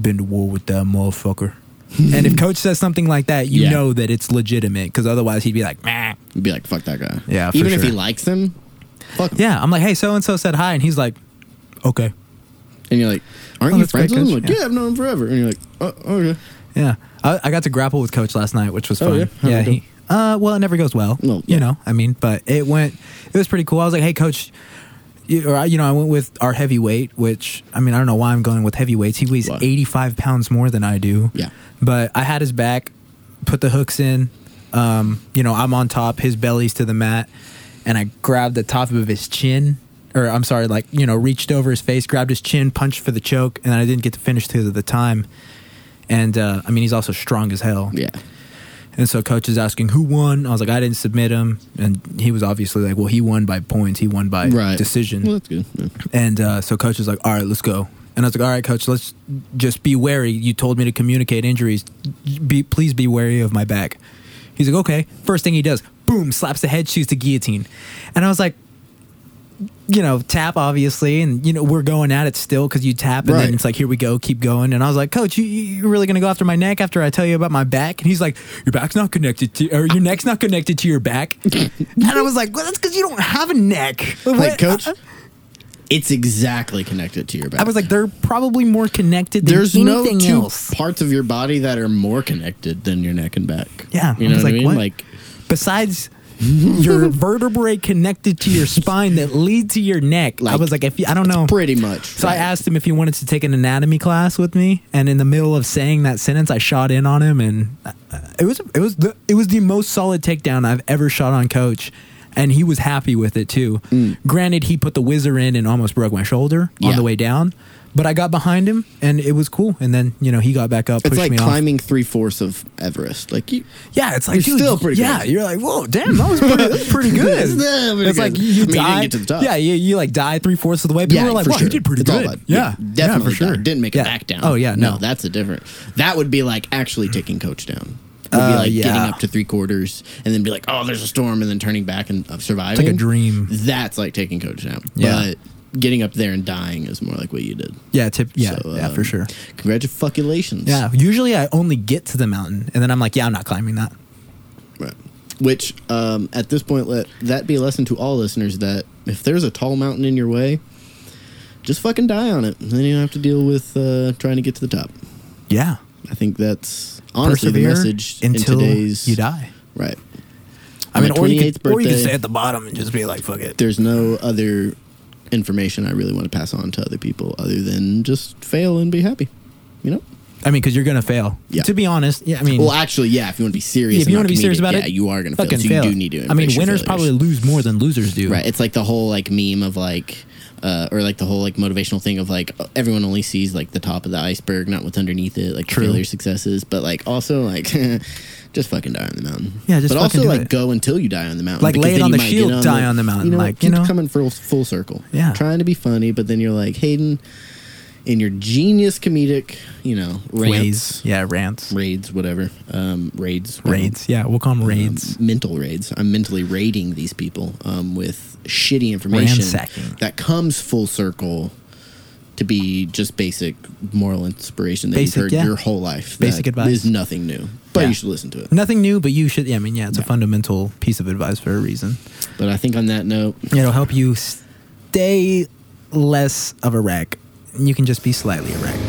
S2: "Been to war with that motherfucker." and if coach says something like that, you
S1: Yeah.
S2: know that it's legitimate because otherwise he'd be like, "Meh."
S1: You'd be like, fuck that guy.
S2: Yeah, for
S1: Even if
S2: sure.
S1: he likes him, fuck him.
S2: Yeah, I'm like, "Hey, so and so said hi," and he's like, "Okay."
S1: And you're like, aren't
S2: Oh,
S1: you
S2: that's
S1: friends
S2: great,
S1: with him?
S2: Coach.
S1: Like,
S2: Yeah.
S1: yeah. I've known him forever. And you're like, oh, okay.
S2: Yeah, I, I got to grapple with Coach last night, which was
S1: Oh,
S2: fun.
S1: yeah? How'd
S2: yeah,
S1: it go?
S2: he, uh, well, it never goes well.
S1: Well,
S2: You
S1: yeah.
S2: know, I mean, but it went. It was pretty cool. I was like, hey, Coach. You, or I, you know, I went with our heavyweight, which I mean, I don't know why I'm going with heavyweights. He weighs
S1: Why?
S2: 85 pounds more than I do.
S1: Yeah.
S2: but I had his back, put the hooks in. Um, you know, I'm on top, his belly's to the mat, and I grabbed the top of his chin, or I'm sorry, like you know, reached over his face, grabbed his chin, punched for the choke, and I didn't get to finish because of the time. And uh, I mean, he's also strong as hell.
S1: Yeah.
S2: And so, coach is asking who won. I was like, I didn't submit him, and he was obviously like, well, he won by points. He won by
S1: Right.
S2: decision.
S1: Well, that's good. Yeah.
S2: And uh, so coach was like, "All right, let's go." And I was like, "All right, coach, let's just be wary. You told me to communicate injuries. Be please be wary of my back." He's like, "Okay." First thing he does, boom, slaps the head, shoots the guillotine, and I was like. You know, tap obviously, and you know we're going at it still because you tap, and
S1: Right.
S2: then it's like here we go, keep going. And I was like, Coach, you, you- you're really gonna go after my neck after I tell you about my back? And he's like, Your back's not connected to, or your neck's not connected to your back. and I was like, Well, that's because you don't have a neck.
S1: Like,
S2: What-
S1: coach, it's exactly connected to your back.
S2: uh, I was like, they're probably more connected than
S1: there's no
S2: anything
S1: two
S2: else.
S1: parts of your body that are more connected than your neck and back.
S2: Yeah,
S1: You
S2: I
S1: know what
S2: was like,
S1: I mean?
S2: what?
S1: Like,
S2: Besides your vertebrae connected to your spine that lead to your neck. I
S1: Like,
S2: was like, if you, I don't know.
S1: pretty much.
S2: so I
S1: right.
S2: asked him if he wanted to take an anatomy class with me, and in the middle of saying that sentence, I shot in on him, and uh, it was it was the it was the most solid takedown I've ever shot on coach, and he was happy with it too. Granted, he put the whizzer in and almost broke my shoulder on
S1: Mm. Yeah.
S2: the way down, but I got behind him, and it was cool. And then you know he got back up,
S1: It's
S2: pushed
S1: like
S2: me off.
S1: climbing three fourths of Everest. Like, you.
S2: Yeah, it's like
S1: You're
S2: dude,
S1: still pretty
S2: Yeah,
S1: good.
S2: you're like, whoa, damn, that was pretty, that's pretty good.
S1: That's not pretty
S2: it's like
S1: good.
S2: you,
S1: I mean, you
S2: die.
S1: didn't get to the top.
S2: Yeah, you, you like die three fourths of the way. People were like,
S1: for
S2: wow, you
S1: sure.
S2: did pretty
S1: It's all
S2: good.
S1: about-
S2: yeah,
S1: definitely
S2: yeah, for sure.
S1: that. Didn't make it
S2: Yeah.
S1: back down.
S2: Oh yeah, no,
S1: that's a different. That would be like actually taking coach down. Would be
S2: Uh,
S1: like getting
S2: yeah.
S1: up to three quarters and then be like, oh, there's a storm, and then turning back and uh, surviving.
S2: dream.
S1: That's like taking coach down.
S2: Yeah.
S1: But getting up there and dying is more like what you did.
S2: yeah, tip, yeah,
S1: So,
S2: yeah, for
S1: um,
S2: sure.
S1: Congratulations.
S2: Yeah, usually I only get to the mountain, and then I'm like, yeah, I'm not climbing that.
S1: Right. Which, um, at this point, let that be a lesson to all listeners that if there's a tall mountain in your way, just fucking die on it. And then you don't have to deal with uh, trying to get to the top.
S2: Yeah,
S1: I think that's honestly the
S2: persevere
S1: message in
S2: until
S1: today's
S2: you die.
S1: Right.
S2: I I mean,
S1: my
S2: or you,
S1: 28th
S2: could, or you could
S1: birthday.
S2: stay at the bottom and just be like, fuck it.
S1: There's no other information I really want to pass on to other people other than just fail and be happy. You know?
S2: I mean, because you're gonna fail.
S1: Yeah.
S2: To be honest, yeah. I mean,
S1: Well, actually, yeah. If you want to be serious,
S2: if you
S1: want to
S2: be serious about
S1: yeah,
S2: it,
S1: you are going to fail.
S2: fucking
S1: So you do need to.
S2: I mean,
S1: embrace your failures.
S2: winners probably lose more than losers do.
S1: Right. It's like the whole like meme of like, uh, or like the whole like motivational thing of like everyone only sees like the top of the iceberg, not what's underneath it, like
S2: True.
S1: failure successes, but like also like just fucking die on the mountain.
S2: Yeah, just
S1: but
S2: fucking
S1: also
S2: do
S1: like
S2: it.
S1: go until you die on the mountain.
S2: Like,
S1: because
S2: lay it
S1: then
S2: on
S1: you
S2: the
S1: might get
S2: shield, die on the mountain,
S1: You know,
S2: like, you
S1: keep
S2: know?
S1: coming full full circle.
S2: Yeah.
S1: trying to be funny, but then you're like Hayden, in your genius comedic, you know, rants,
S2: Ways. Yeah. Rants.
S1: raids, whatever, um, raids,
S2: Raids. Yeah. We'll call them raids.
S1: um, mental raids. I'm mentally raiding these people um, with shitty information
S2: Ransacking.
S1: that comes full circle to be just basic moral inspiration that
S2: Basic,
S1: you've heard
S2: yeah.
S1: your whole life.
S2: Basic
S1: that
S2: advice.
S1: Is nothing new, but
S2: Yeah.
S1: you should listen to it.
S2: Nothing new, but you should. Yeah. I mean, yeah. It's a fundamental piece of advice for a reason.
S1: But I think on that note,
S2: It'll help you stay less of a wreck. You can just be slightly a wreck.